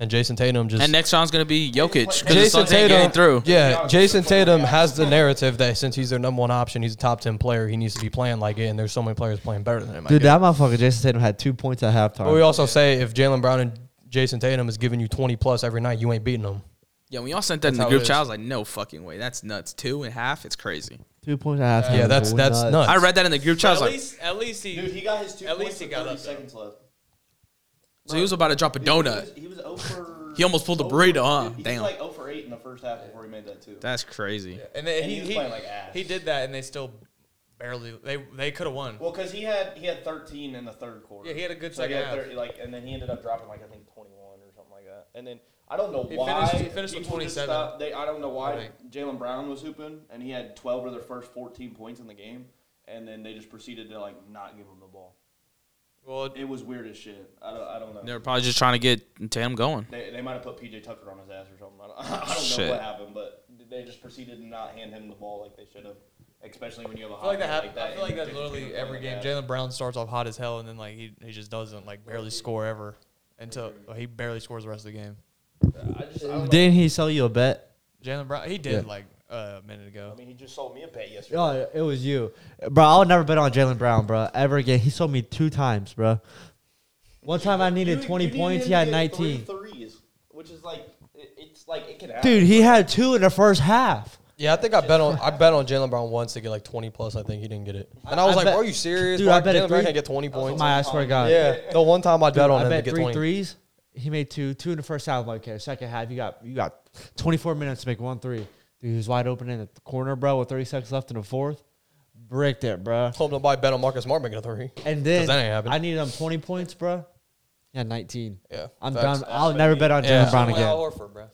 E: And Jason Tatum just
A: And next round's gonna be Jokic because the
E: Jason
A: Suns ain't
E: Tatum
A: getting through.
E: Yeah, Jason Tatum has the narrative that since he's their number one option, he's a top ten player. He needs to be playing like it, and there's so many players playing better than him. I Oh,
D: dude,
E: guess.
D: that motherfucker Jason Tatum had two points at
E: But we
D: halftime.
E: also say if Jalen Brown and Jason Tatum is giving you 20 plus every night, you ain't beating them.
A: Yeah, when y'all sent that in
E: That's
A: the
E: how
A: group
E: it
A: chat, I
E: is.
A: was like, no fucking way. That's nuts. Two and a half. It's crazy.
D: Two points at halftime.
E: Yeah, that's
D: dude.
E: that's
D: Nuts.
E: nuts.
A: I read that in the group chat. I
C: At
A: was like,
C: least, at least he.
B: dude, he got his two
C: At
B: points
C: least he
B: with
C: got
B: 30
C: up, though.
B: seconds left.
A: so he was about to drop a donut.
B: He was, he was 0 for-
A: He almost pulled a
B: 0
A: burrito, huh?
B: He
A: Damn.
B: was like 0 for 8 in the first half before he made that too.
A: That's crazy.
C: and they,
B: and
C: he,
B: he was
C: he,
B: playing like ass.
C: he did that, and they still barely. They they could have won.
B: Well, because he had he had 13 in the third quarter.
C: Yeah, he had a good
B: So he
C: second
B: had
C: half.
B: 30, like, and then he ended up dropping like I think 21 or something like that. And then I don't know
C: He
B: why
C: finished- he finished with
B: people just
C: 27.
B: stopped- They, I don't know
C: I
B: why
C: think.
B: Jalen Brown was hooping, and he had 12 of their first 14 points in the game, and then they just proceeded to like not give him the ball.
C: Well,
B: It was weird as shit. I don't, I don't know.
A: They were probably just trying to get Tatum going.
B: They, they might have put PJ Tucker on his ass or something. I don't, I don't
A: Shit.
B: know what happened, but they just proceeded to not hand him the ball like they should have, especially when you have a
C: I feel like that
B: hot
C: happened.
B: guy
C: I feel like
B: and
C: that's
B: Jason
C: literally
B: Tatum
C: every game.
B: playing like that.
C: Jalen Brown starts off hot as hell, and then like he, he just doesn't like barely score ever until well, he barely scores the rest of the game.
B: I just, I don't know.
D: Didn't he sell you a bet?
C: Jalen Brown, he did
D: Yeah.
C: like uh, a minute
B: I
C: ago.
B: mean, he just sold me a bet yesterday.
D: Oh, it was you, bro. I'll never bet on Jalen Brown, bro, ever again. He sold me two times, bro. One time I needed
B: You-
D: 20
B: you need
D: points,
B: him
D: he
B: to
D: had
B: get
D: 19.
B: Three threes, which is like it- it's like it can happen.
D: Dude, he had two in the first half.
E: Yeah, I think I bet on I bet on Jalen Brown once to get like 20 plus. I think he didn't get it, and I was
D: I
E: like,
D: bet-
E: bro, "Are you serious?
D: Dude,
E: bro,
D: I bet a
E: Jalen Brown
D: three-
E: can get 20 points."
D: My, I swear to God.
E: yeah, the one time I bet on
D: I
E: him
D: bet
E: to get
D: three
E: 20.
D: threes. He made two, two in the first half. I'm like, okay, second half, you got you got 24 minutes to make one three. Dude, he was wide open in the corner, bro, with 30 seconds left in the fourth. Bricked it, bro.
E: Hope nobody bet on Marcus Smart making a three.
D: And then
E: that ain't happening.
D: I needed him 20 points, bro. Yeah, 19.
E: Yeah,
D: I'm
E: facts.
D: done. I'll never bet on Jalen
E: Yeah.
D: Brown again.
C: Horford, bro.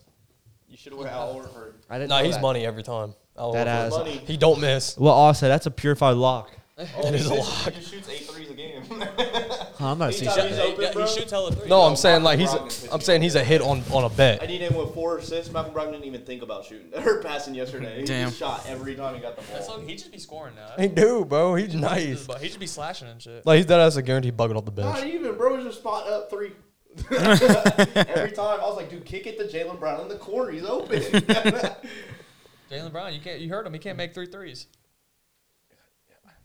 B: You should have went Al Horford.
D: I didn't
E: Nah,
D: know
E: he's
D: that.
E: money every time. I'll
D: That ass.
B: Money. Oh,
E: He don't miss.
D: Well, also, that's a purified lock.
E: It is a
B: He
E: lot.
B: just shoots eight threes a game.
D: Huh, I'm not
B: He's
D: seeing
B: got-
D: shit.
B: He's open,
C: he,
B: bro.
C: shoots hella three.
E: No,
B: No,
E: I'm saying like he's
B: Malcolm
E: a,
B: Brogdon
E: I'm
B: is-
E: saying he's a hit on on a
B: I
E: bet.
B: need him with four assists. Malcolm Brogdon didn't even think about shooting or passing yesterday. He
A: Damn.
B: just shot every time he got the ball.
C: That's like- he just be scoring now.
E: He do, bro. He's
C: He
E: nice.
C: just be- he just be slashing and shit.
E: Like he's dead ass a guaranteed bucket off the bench.
B: Not even, bro. It was just spot up three. Every time I was like, dude, kick it to Jalen Brown in the corner. He's open.
C: Jalen Brown, you can't. You heard him. He can't make three threes.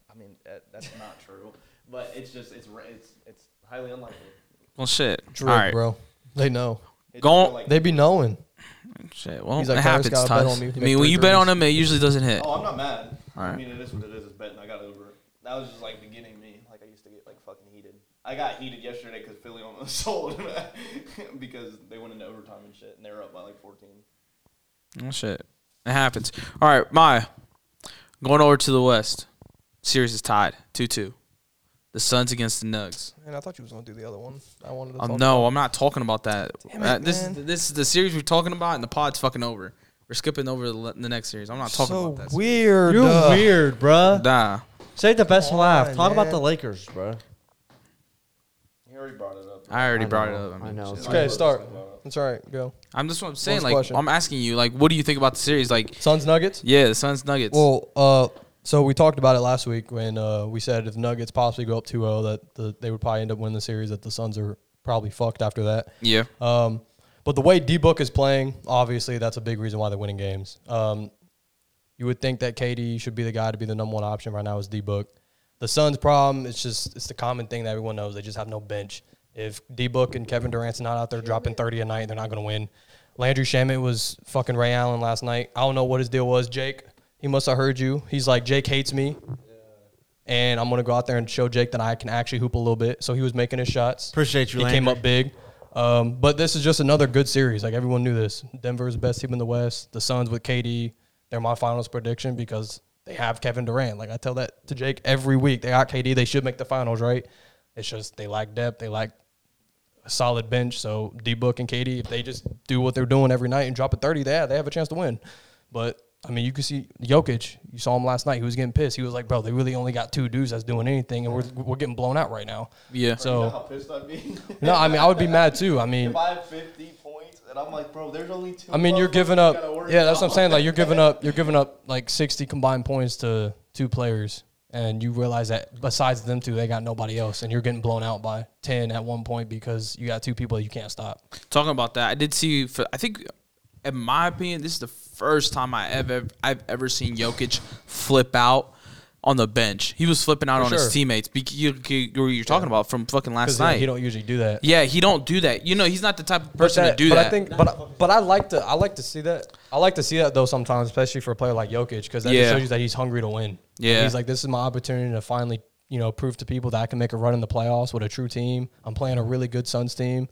B: I mean, that, that's not true, but it's just it's ra- it's it's highly unlikely.
A: Well, shit.
E: Drip,
A: All right,
E: bro. They know.
B: It's
A: Go-
B: like,
E: Oh, They be knowing.
A: Shit. Well,
E: He's
A: it
E: like, "Bro, this
A: happens.
E: guy bet
A: Tyus.
E: on me to
A: I
E: make
A: mean, when
E: three
A: you bet
E: threes."
A: on him, it usually doesn't hit.
B: Oh, I'm not mad.
A: Alright.
B: I mean, it is what it is. It's betting. I got over it. That was just like beginning me. Like I used to get like fucking heated. I got heated yesterday because Philly almost sold because they went into overtime and shit, and they were up by like 14.
A: Oh, shit. It happens. All right, Maya. Going over to the West. Series is tied 2 2. The Suns against the Nugs.
E: Man, I thought you was gonna do the other one. I wanted to.
A: Um, no, I'm not talking about that.
E: it,
A: Uh, this,
E: man.
A: this is the series we're talking about, and the pod's fucking over. We're skipping over the, le- the next series. I'm not talking
E: so
A: about that.
E: weird.
D: You're
E: uh,
D: weird, bruh.
A: Nah.
D: Save the best
E: Come
D: laugh.
E: on,
D: Talk about
E: man.
D: the Lakers, bruh.
B: He already brought it up.
A: I already
D: I
A: brought
D: know,
A: it up.
D: I
A: mean,
D: know.
A: shit.
D: It's
E: Okay, start. It's all right. Go.
A: I'm just what I'm saying.
E: Last
A: Like,
E: question.
A: I'm asking you, like, what do you think about the series? Like,
E: Suns Nuggets.
A: yeah, the Suns Nuggets.
E: Well, uh, so we talked about it last week when uh, we said if Nuggets possibly go up 2-0 that the, they would probably end up winning the series. That the Suns are probably fucked after that.
A: yeah.
E: Um, but the way D Book is playing, obviously, that's a big reason why they're winning games. Um, you would think that KD should be the guy to be the number one option right now is D Book. The Suns' problem, it's just it's the common thing that everyone knows. They just have no bench. If D Book and Kevin Durant's not out there dropping thirty a night, they're not going to win. Landry Shamet was fucking Ray Allen last night. I don't know what his deal was, Jake. He must have heard you. He's like, Jake hates me, and I'm going to go out there and show Jake that I can actually hoop a little bit. So he was making his shots.
D: Appreciate you,
E: He came
D: Landry.
E: up big. Um, but this is just another good series. Like everyone knew this. Denver's the best team in the West. The Suns with KD, they're my finals prediction because They have Kevin Durant. Like I tell that to Jake every week. They got KD. They should make the finals, right? It's just they lack depth. They lack a solid bench. So D Book and KD, if they just do what they're doing every night and drop a 30, they have, they have a chance to win. But I mean, you can see Jokic. You saw him last night. He was getting pissed. He was like, "Bro, they really only got two dudes that's doing anything, and we're we're getting blown out right now."
A: Yeah.
E: So
B: You know how pissed I'd be?
E: no, I mean, I would be mad too. I mean,
B: if I have 50 points and I'm like, bro, there's only two.
E: I mean, you're
B: motherfuckers
E: giving
B: you
E: up.
B: gotta worry
E: Yeah, that's what I'm
B: about.
E: saying. Like you're giving up. You're giving up like 60 combined points to two players, and you realize that besides them two, they got nobody else, and you're getting blown out by 10 at one point because you got two people that you can't stop.
A: talking about that, I did see. For, I think, in my opinion, this is the first time I ever I've ever seen Jokic flip out on the bench. He was flipping out on
E: sure.
A: his teammates. Bec- You, you, you- you're talking about from fucking last
E: Because
A: night.
E: he don't usually do that.
A: yeah, he don't do that. You know, he's not the type of
E: But
A: person
E: that-
A: to do
E: but
A: that.
E: I think, but but I like to I like to see that. I like to see that though sometimes, especially for a player like Jokic, because that
A: Yeah.
E: just shows you that he's hungry to win.
A: Yeah.
E: he's like, this is my opportunity to finally you know prove to people that I can make a run in the playoffs with a true team. I'm playing a really good Suns team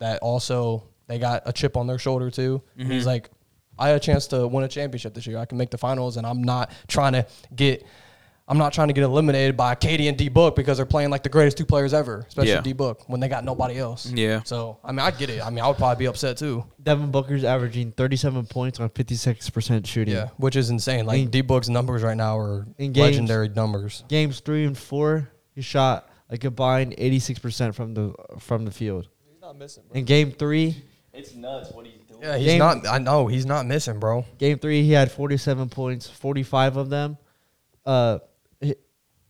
E: that also they got a chip on their shoulder too. And
A: Mm-hmm.
E: he's like, I had a chance to win a championship this year. I can make the finals, and I'm not trying to get. I'm not trying to get eliminated by Katie and D Book because they're playing like the greatest two players ever, especially
A: Yeah.
E: D Book when they got nobody else.
A: Yeah.
E: So I mean, I get it. I mean, I would probably be upset too.
D: Devin Booker's averaging 37 points on 56% shooting.
E: Which is insane. Like
D: In-
E: D Book's numbers right now are
D: In games.
E: legendary numbers.
D: Games 3 and 4, he shot a combined 86% from the from the field.
C: He's not missing, bro.
D: In game 3,
B: It's nuts what he's doing.
E: Yeah, he's
D: Game-
E: not. I know he's not missing, bro.
D: Game three, he had 47 points, 45 of them. Uh, he-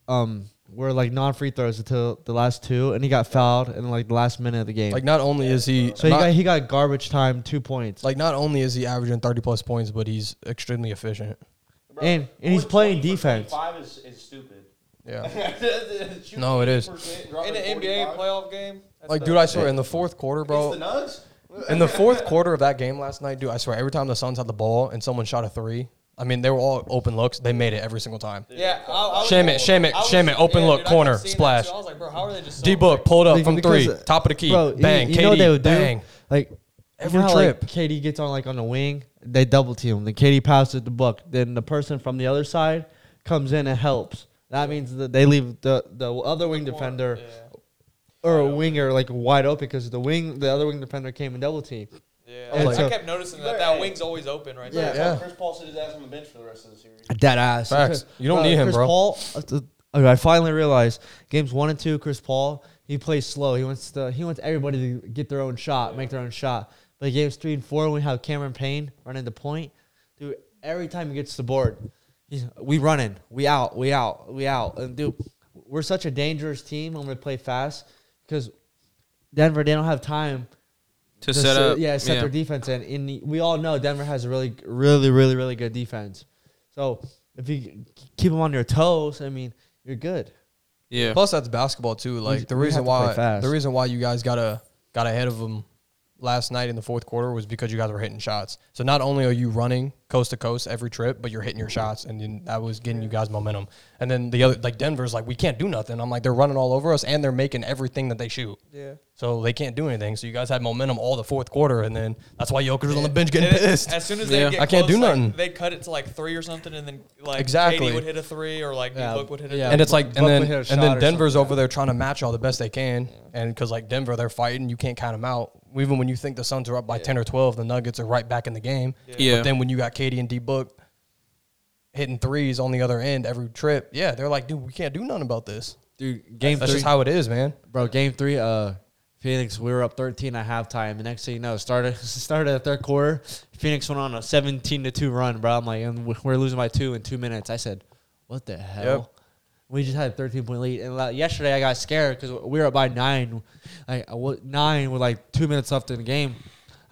D: um, were like non free throws until the last two, and he got fouled in like the last minute of the game.
E: Like not only is he,
D: so he
E: not,
D: got he got garbage time, two points,
E: like not only is he averaging thirty plus points, but he's extremely efficient.
B: Bro,
D: and and he's
B: going
D: playing
B: 20 for
D: defense.
B: 25 is, is stupid.
E: Yeah.
B: Shoot
E: No, it is.
B: 20%,
C: In
B: dropping
C: an NBA
B: 45.
C: playoff game, that's
E: Like,
C: the-
E: dude, I swear, in the fourth quarter, bro,
B: It's the nuts.
E: in the fourth quarter of that game last night, dude, I swear, every time the Suns had the ball and someone shot a three, I mean, they were all open looks. They made it every single time.
C: yeah, I, I was-
E: Shame it, shame it,
C: I was-
E: shame it. Open
C: yeah,
E: look,
C: dude, I kept
E: corner,
C: seeing that
E: splash.
C: too. I was like, bro, how are they just so
E: D Book pulled up from
D: Because- uh,
E: three, top of the key,
D: Bro, you-
E: bang,
D: you, know what
E: KD,
D: they would do?
E: bang.
D: Like every
E: Every
D: how, like,
E: trip.
D: KD gets on like on the wing, they double team him. Then KD passes the book. Then the person from the other side comes in and helps. That means that they leave the the other wing defender or a winger like wide open because the wing the other wing defender came and double team.
C: Yeah,
D: And
C: I,
D: so-
C: kept noticing that that wing's always open right there.
B: Yeah.
E: Yeah.
B: Chris Paul sit his ass on the bench for the rest of the series.
D: Dead ass.
E: Facts. You don't need him,
D: Chris
E: bro.
D: Paul. uh, th- I finally realized games one and two. Chris Paul he plays slow. He wants to. He wants everybody to get their own shot, make their own shot. But games three and four, we have Cameron Payne running the point. Dude, every time he gets the board, he's, we running, we out, we out, we out. And dude, we're such a dangerous team when we play fast because Denver they don't have time
A: to
D: to
A: set
D: se-
A: up.
D: Yeah, set their defense in. In the, we all know Denver has a really, really, really, really good defense. So if you keep them on your toes, I mean, you're good.
A: yeah.
E: Plus, that's basketball too. Like the
D: we
E: reason
D: have to play
E: why
D: fast.
E: the reason why you guys got a got ahead of them last night in the fourth quarter was because you guys were hitting shots. So not only are you running coast to coast every trip, but you're hitting your shots, and then that was getting you guys momentum. And then the other like Denver's like we can't do nothing. I'm like they're running all over us, and they're making everything that they shoot.
C: Yeah.
E: So they can't do anything. So you guys had momentum all the fourth quarter, and then that's why Jokic was on the bench getting
C: And then
E: pissed.
C: As soon as they
A: Yeah.
C: get
E: I can't do
C: close, like,
E: nothing.
C: they cut it to like three or something, and then like
E: Exactly.
C: Katie would hit a three, or like
D: Yeah.
C: Book would hit a
D: Yeah.
E: and it's like and
D: Buckley
E: then
D: hit a
E: and
D: shot
E: then
D: or
E: Denver's over there trying to match all the best they can, and because like Denver, they're fighting. You can't count them out. Even when you think the Suns are up by ten or twelve, the Nuggets are right back in the game.
A: Yeah.
E: But then when you got Katie and D Book hitting threes on the other end every trip, yeah, they're like, dude, we can't do nothing about this.
D: Dude, game
E: That's
D: three,
E: just how it is, man.
D: bro. Game three, uh, Phoenix. We were up 13 at halftime. The next thing you know, started started the third quarter. Phoenix went on a 17 to two run, bro. I'm like, and we- we're losing by two in two minutes. I said, what the hell? We just had a 13 point lead. And like, yesterday, I got scared because we were up by nine, like I wa- nine with like two minutes left in the game.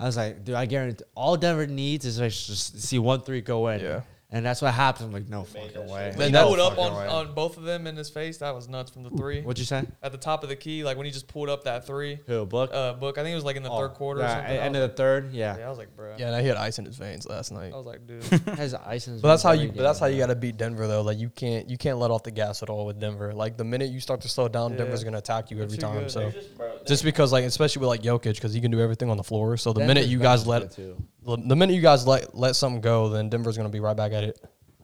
D: I was like, dude, I guarantee all Denver needs is like just see one three go in.
E: Yeah.
D: And that's what happened. I'm like, no fucking way.
C: He
E: that's
C: pulled up
E: fucking
C: on,
E: right.
C: on both of them in his face. That was nuts from the three.
D: What'd you say?
C: At the top of the key, like when he just pulled up that three
D: Who, Book?
C: uh, book. I think it was like in the third quarter or
D: Nah, e,
C: something. I
D: end
C: was
D: of the third,
C: like- yeah,
D: yeah.
C: I was like, bro.
E: Yeah, and I hit ice in his veins last night.
C: I was like, dude.
D: Has ice in his
E: But that's how
D: veins
E: you.
D: every
E: But that's
D: game,
E: how you
D: bro.
E: got to beat Denver though. Like you can't. You can't let off the gas at all with Denver. Like the minute you start to slow down,
C: Yeah.
E: Denver's gonna attack you
C: They're
E: every
C: too
E: time.
C: good.
E: So.
B: Just, bro,
E: Just because, like, especially with like Jokic, because he can do everything on the floor. So the minute
D: Denver's
E: you
D: bad
E: guys
D: as
E: let
D: shit, too.
E: the minute you guys let let something go, then Denver's gonna be right back at it.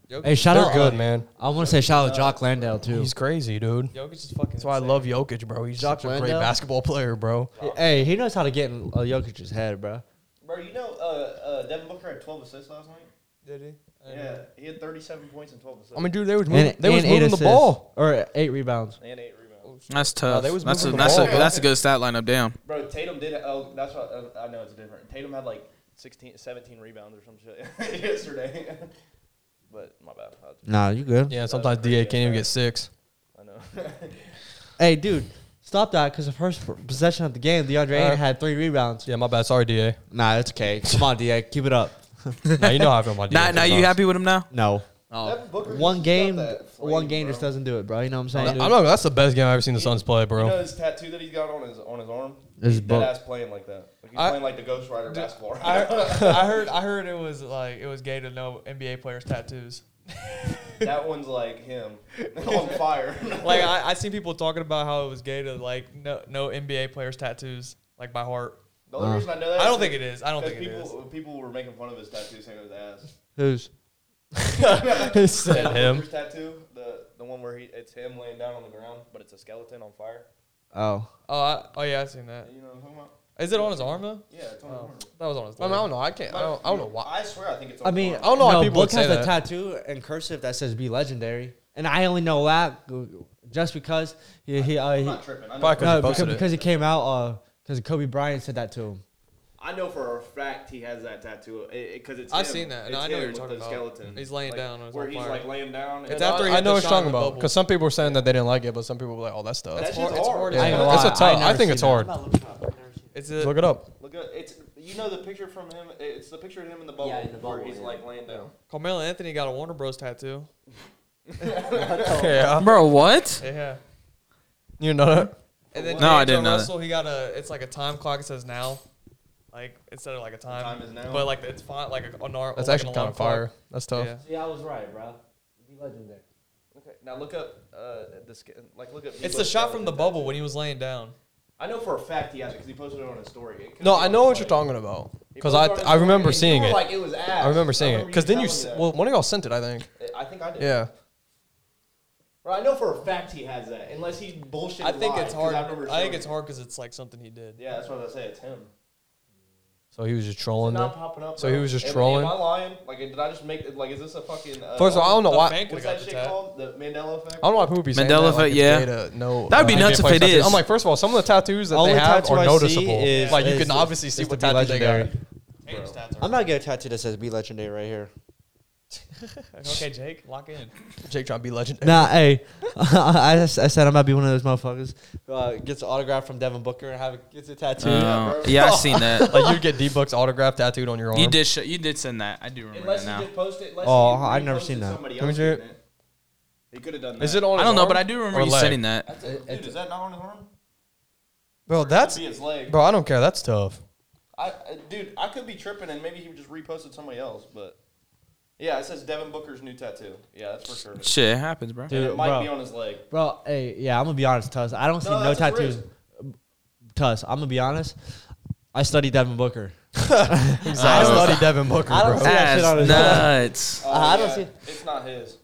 C: Jokic,
D: Hey, shout
E: They're
D: out.
E: good,
D: uh,
E: man.
D: I want to say shout out Jock Landale too.
E: He's crazy, dude.
C: Jokic is fucking.
E: That's why I
C: insane.
E: love Jokic, bro. He's
D: Jock
E: such a great
D: Landale?
E: basketball player, bro.
D: Hey, he knows how to get in uh, Jokic's head, bro.
B: Bro, you know uh, uh, Devin Booker had 12 assists last night?
C: Did he? I didn't
B: Yeah,
C: know.
B: he had 37 points and 12 assists.
E: I mean, dude, they was moving, they was moving the
D: assists.
E: ball.
D: or eight rebounds.
B: and eight
C: Oh,
B: rebounds.
A: That's tough.
E: they was
A: that's a,
E: moving the
A: that's a
E: ball.
A: that's a good stat line up down.
B: Bro, Tatum did. Oh, that's what uh, I know. It's different. Tatum had like 16, 17 rebounds or some shit yesterday. but my bad. I, just-
D: Nah, you good?
E: Yeah,
B: sometimes
E: sometimes
B: pretty DA
E: DA
B: good, can't
E: can't
B: even
E: even
B: yeah.
E: get six.
B: I know.
D: Hey, dude, stop that because the first possession of the game, DeAndre Ayton
E: Uh,
D: had three rebounds.
E: Yeah, my bad. Sorry, DA.
D: Nah, it's okay. Come on, DA, keep it up.
E: now you know how I feel about DA.
A: Now, now you
E: sometimes.
A: happy with him now?
D: No,
A: Oh,
B: Devin Booker
D: one
B: just
D: game,
B: got that flame,
D: one game
B: bro.
D: just doesn't do it, bro. You know what I'm saying?
E: I'm
D: dude?
E: not. That's the best game I've ever seen the Suns play,
B: You
E: bro.
B: know his tattoo that he's got on his on his arm.
D: His
B: He's
D: book.
B: dead ass playing like that. Like he's
C: I-
B: playing like the Ghost Rider basketball. right
C: I,
B: now.
C: I heard. I heard it was like it was gay to know NBA players' tattoos.
B: that one's like him on fire.
C: Like I, I seen people talking about how it was gay to like no no NBA players' tattoos like by heart.
B: the only reason I know that
C: I
B: is
C: don't think
B: because-
C: it is. I don't think
B: because
C: it is.
B: people people were making fun of his tattoo, saying it was ass.
D: Who's?
E: Said
B: Devin
E: him.
B: Booker's tattoo, the the one where he it's him laying down on the ground, but it's a skeleton on fire.
D: Oh,
C: Oh, I, oh yeah, I seen that.
B: You know what I'm talking about?
C: Is it on his arm though?
B: Yeah, it's on his
C: Oh,
B: arm.
C: that was on his.
E: I, mean, I
C: leg.
E: don't know. I can't. I don't, I don't know why.
B: I swear, I think it's. On
D: I mean,
B: his arm.
E: don't know why people would
D: Book has
E: say
D: a
E: that.
D: tattoo in cursive that says "Be Legendary," and I only know that just because he he, uh,
B: I'm
D: he
B: not tripping. I know,
E: Fuck
B: for,
E: him.
D: no,
E: he
D: because,
E: posted it.
D: because it came out because Kobe Bryant said that to him.
B: I know for a fact he has that tattoo because it's.
C: I've
B: him.
C: seen that, and
B: It's
C: I know what
B: him
C: you're
B: with
C: talking
B: the
C: about.
B: Skeleton.
C: He's laying
B: Like,
C: down on his
B: where
C: own
B: he's
C: fire.
B: like laying down.
C: It's
B: I-
C: after he
E: I
C: hit
E: know
C: the
E: what
C: shot
E: you're
C: in
E: talking
C: the
E: about.
C: bubble.
E: Because some people were saying that they didn't like it, but some people were like, "Oh, that stuff."
B: That's
C: hard-
B: hard.
C: it's
B: It's hard.
C: hard.
B: as
E: Yeah,
D: I ain't
B: fuck.
D: gonna
E: it's
D: lie,
E: a tough-
D: never
E: I think
D: seen
E: it's
D: that.
E: hard.
D: I'm not looking up. I've never seen it.
C: It's
E: Look
C: a,
E: it up.
B: Look, at- it's you know the picture from him. It's the picture of him in the bubble.
D: Yeah, in the
B: where
D: bubble,
B: he's
D: yeah.
B: like laying down.
C: Carmelo Anthony got a Warner Bros. tattoo.
E: Yeah,
A: bro, what?
C: Yeah.
E: you know that.
C: And then
A: No, I
C: D'Angelo
A: didn't know that.
C: Russell, he got a. It's like a time clock. It says now, like instead of like a time.
B: Time is now.
C: But like it's fine. Like a, an hour.
E: That's
C: like
E: actually
C: an
E: kind
C: alarm
E: of fire.
C: clock.
E: That's tough.
C: Yeah.
D: Yeah, I was right, bro. Be legendary.
B: Okay, now look up uh, the skin. Like look up.
C: It's the shot from the bubble when he was laying down.
B: I know for a fact he has it because he posted it on his story. It could
E: No,
B: be
E: I
B: on
E: know
B: his,
E: what you're
B: like-
E: talking about.
B: he
E: Because I,
B: posted it on his
E: I remember
B: story, and
E: seeing
B: you
E: it.
B: were Like it was ass.
E: I remember seeing it. Because then you, s
B: telling me
E: well, one of y'all sent it, I think.
B: that. I think I did.
E: Yeah.
B: Bro, I know for a fact he has that, unless he's bullshitting.
C: I think
B: lies,
C: it's
B: 'cause
C: hard.
B: I've never
C: I think
B: shown
C: it's
B: it.
C: hard because it's like something he did.
B: Yeah, that's what I say. It's him.
E: So he was just trolling
B: Not
E: them.
B: popping up.
E: So
B: bro.
E: he was just
B: Am-
E: trolling?
B: Am I lying? Like, did I just make? Like, is this a fucking? Uh,
E: First of all, I don't know
C: The
E: why.
C: bank
B: What's that
C: could've got the
B: shit
C: tat.
B: called? The Mandela effect.
E: I don't know why people be saying
A: Mandela
E: that, like,
A: effect,
E: it's
A: yeah.
E: gay to know-
A: That would be
E: uh,
A: nuts if
E: NBA
A: it
E: players' tattoos.
A: is.
E: I'm like, first of all, some of the tattoos that
D: Only
E: they have
D: tattoo I
E: are
D: see
E: noticeable.
D: is-
E: like you
D: is-
E: can obviously see
D: is
E: what
D: the Be
E: tattoo they got.
D: Legendary.
C: Tatum's stats are-
D: I'm not gonna get a tattoo that says "Be Legendary" right here.
C: Okay, Jake, lock in.
E: Jake trying to be legendary.
D: Nah, hey, I, I said I'm about to be one of those motherfuckers who uh, gets an autograph from Devin Booker and have a, gets a tattoo.
A: Uh, yeah, I seen that.
E: like you'd get D Buck's autograph tattooed on your arm.
A: You did sh- you did send that. I do remember
B: Unless
A: that
B: he
A: now.
B: just posted. Unless
D: Oh,
B: he
D: I've never
B: reposted
D: seen that.
B: Somebody
E: Let me
B: else
E: see it.
B: doing it. He could have done that.
E: Is it on?
A: I
E: his
A: don't know,
E: arm
A: but I do remember
E: or
A: you
E: leg?
A: sending that.
B: That's it. Dude,
D: it's-
B: is that not on his arm?
E: Bro, that's
B: Be his leg.
E: bro. I don't care. That's tough.
B: I, I, dude, I could be tripping, and maybe he just reposted somebody else. But yeah, it says Devin Booker's new tattoo. Yeah, that's for sure.
A: Shit, it happens, bro.
B: And
D: Dude,
B: it might
D: bro.
B: be on his leg.
D: Bro, hey, yeah, I'm gonna be honest, Tuss. I don't see
B: No,
D: no
B: that's his
D: tattoos.
B: wrist.
D: Tuss, I'm gonna be honest. I studied Devin Booker.
E: I study Devin Booker,
D: I don't
E: bro.
D: see that shit on
A: That's nuts,
D: his
B: Oh,
D: Uh, I don't
B: It's not his.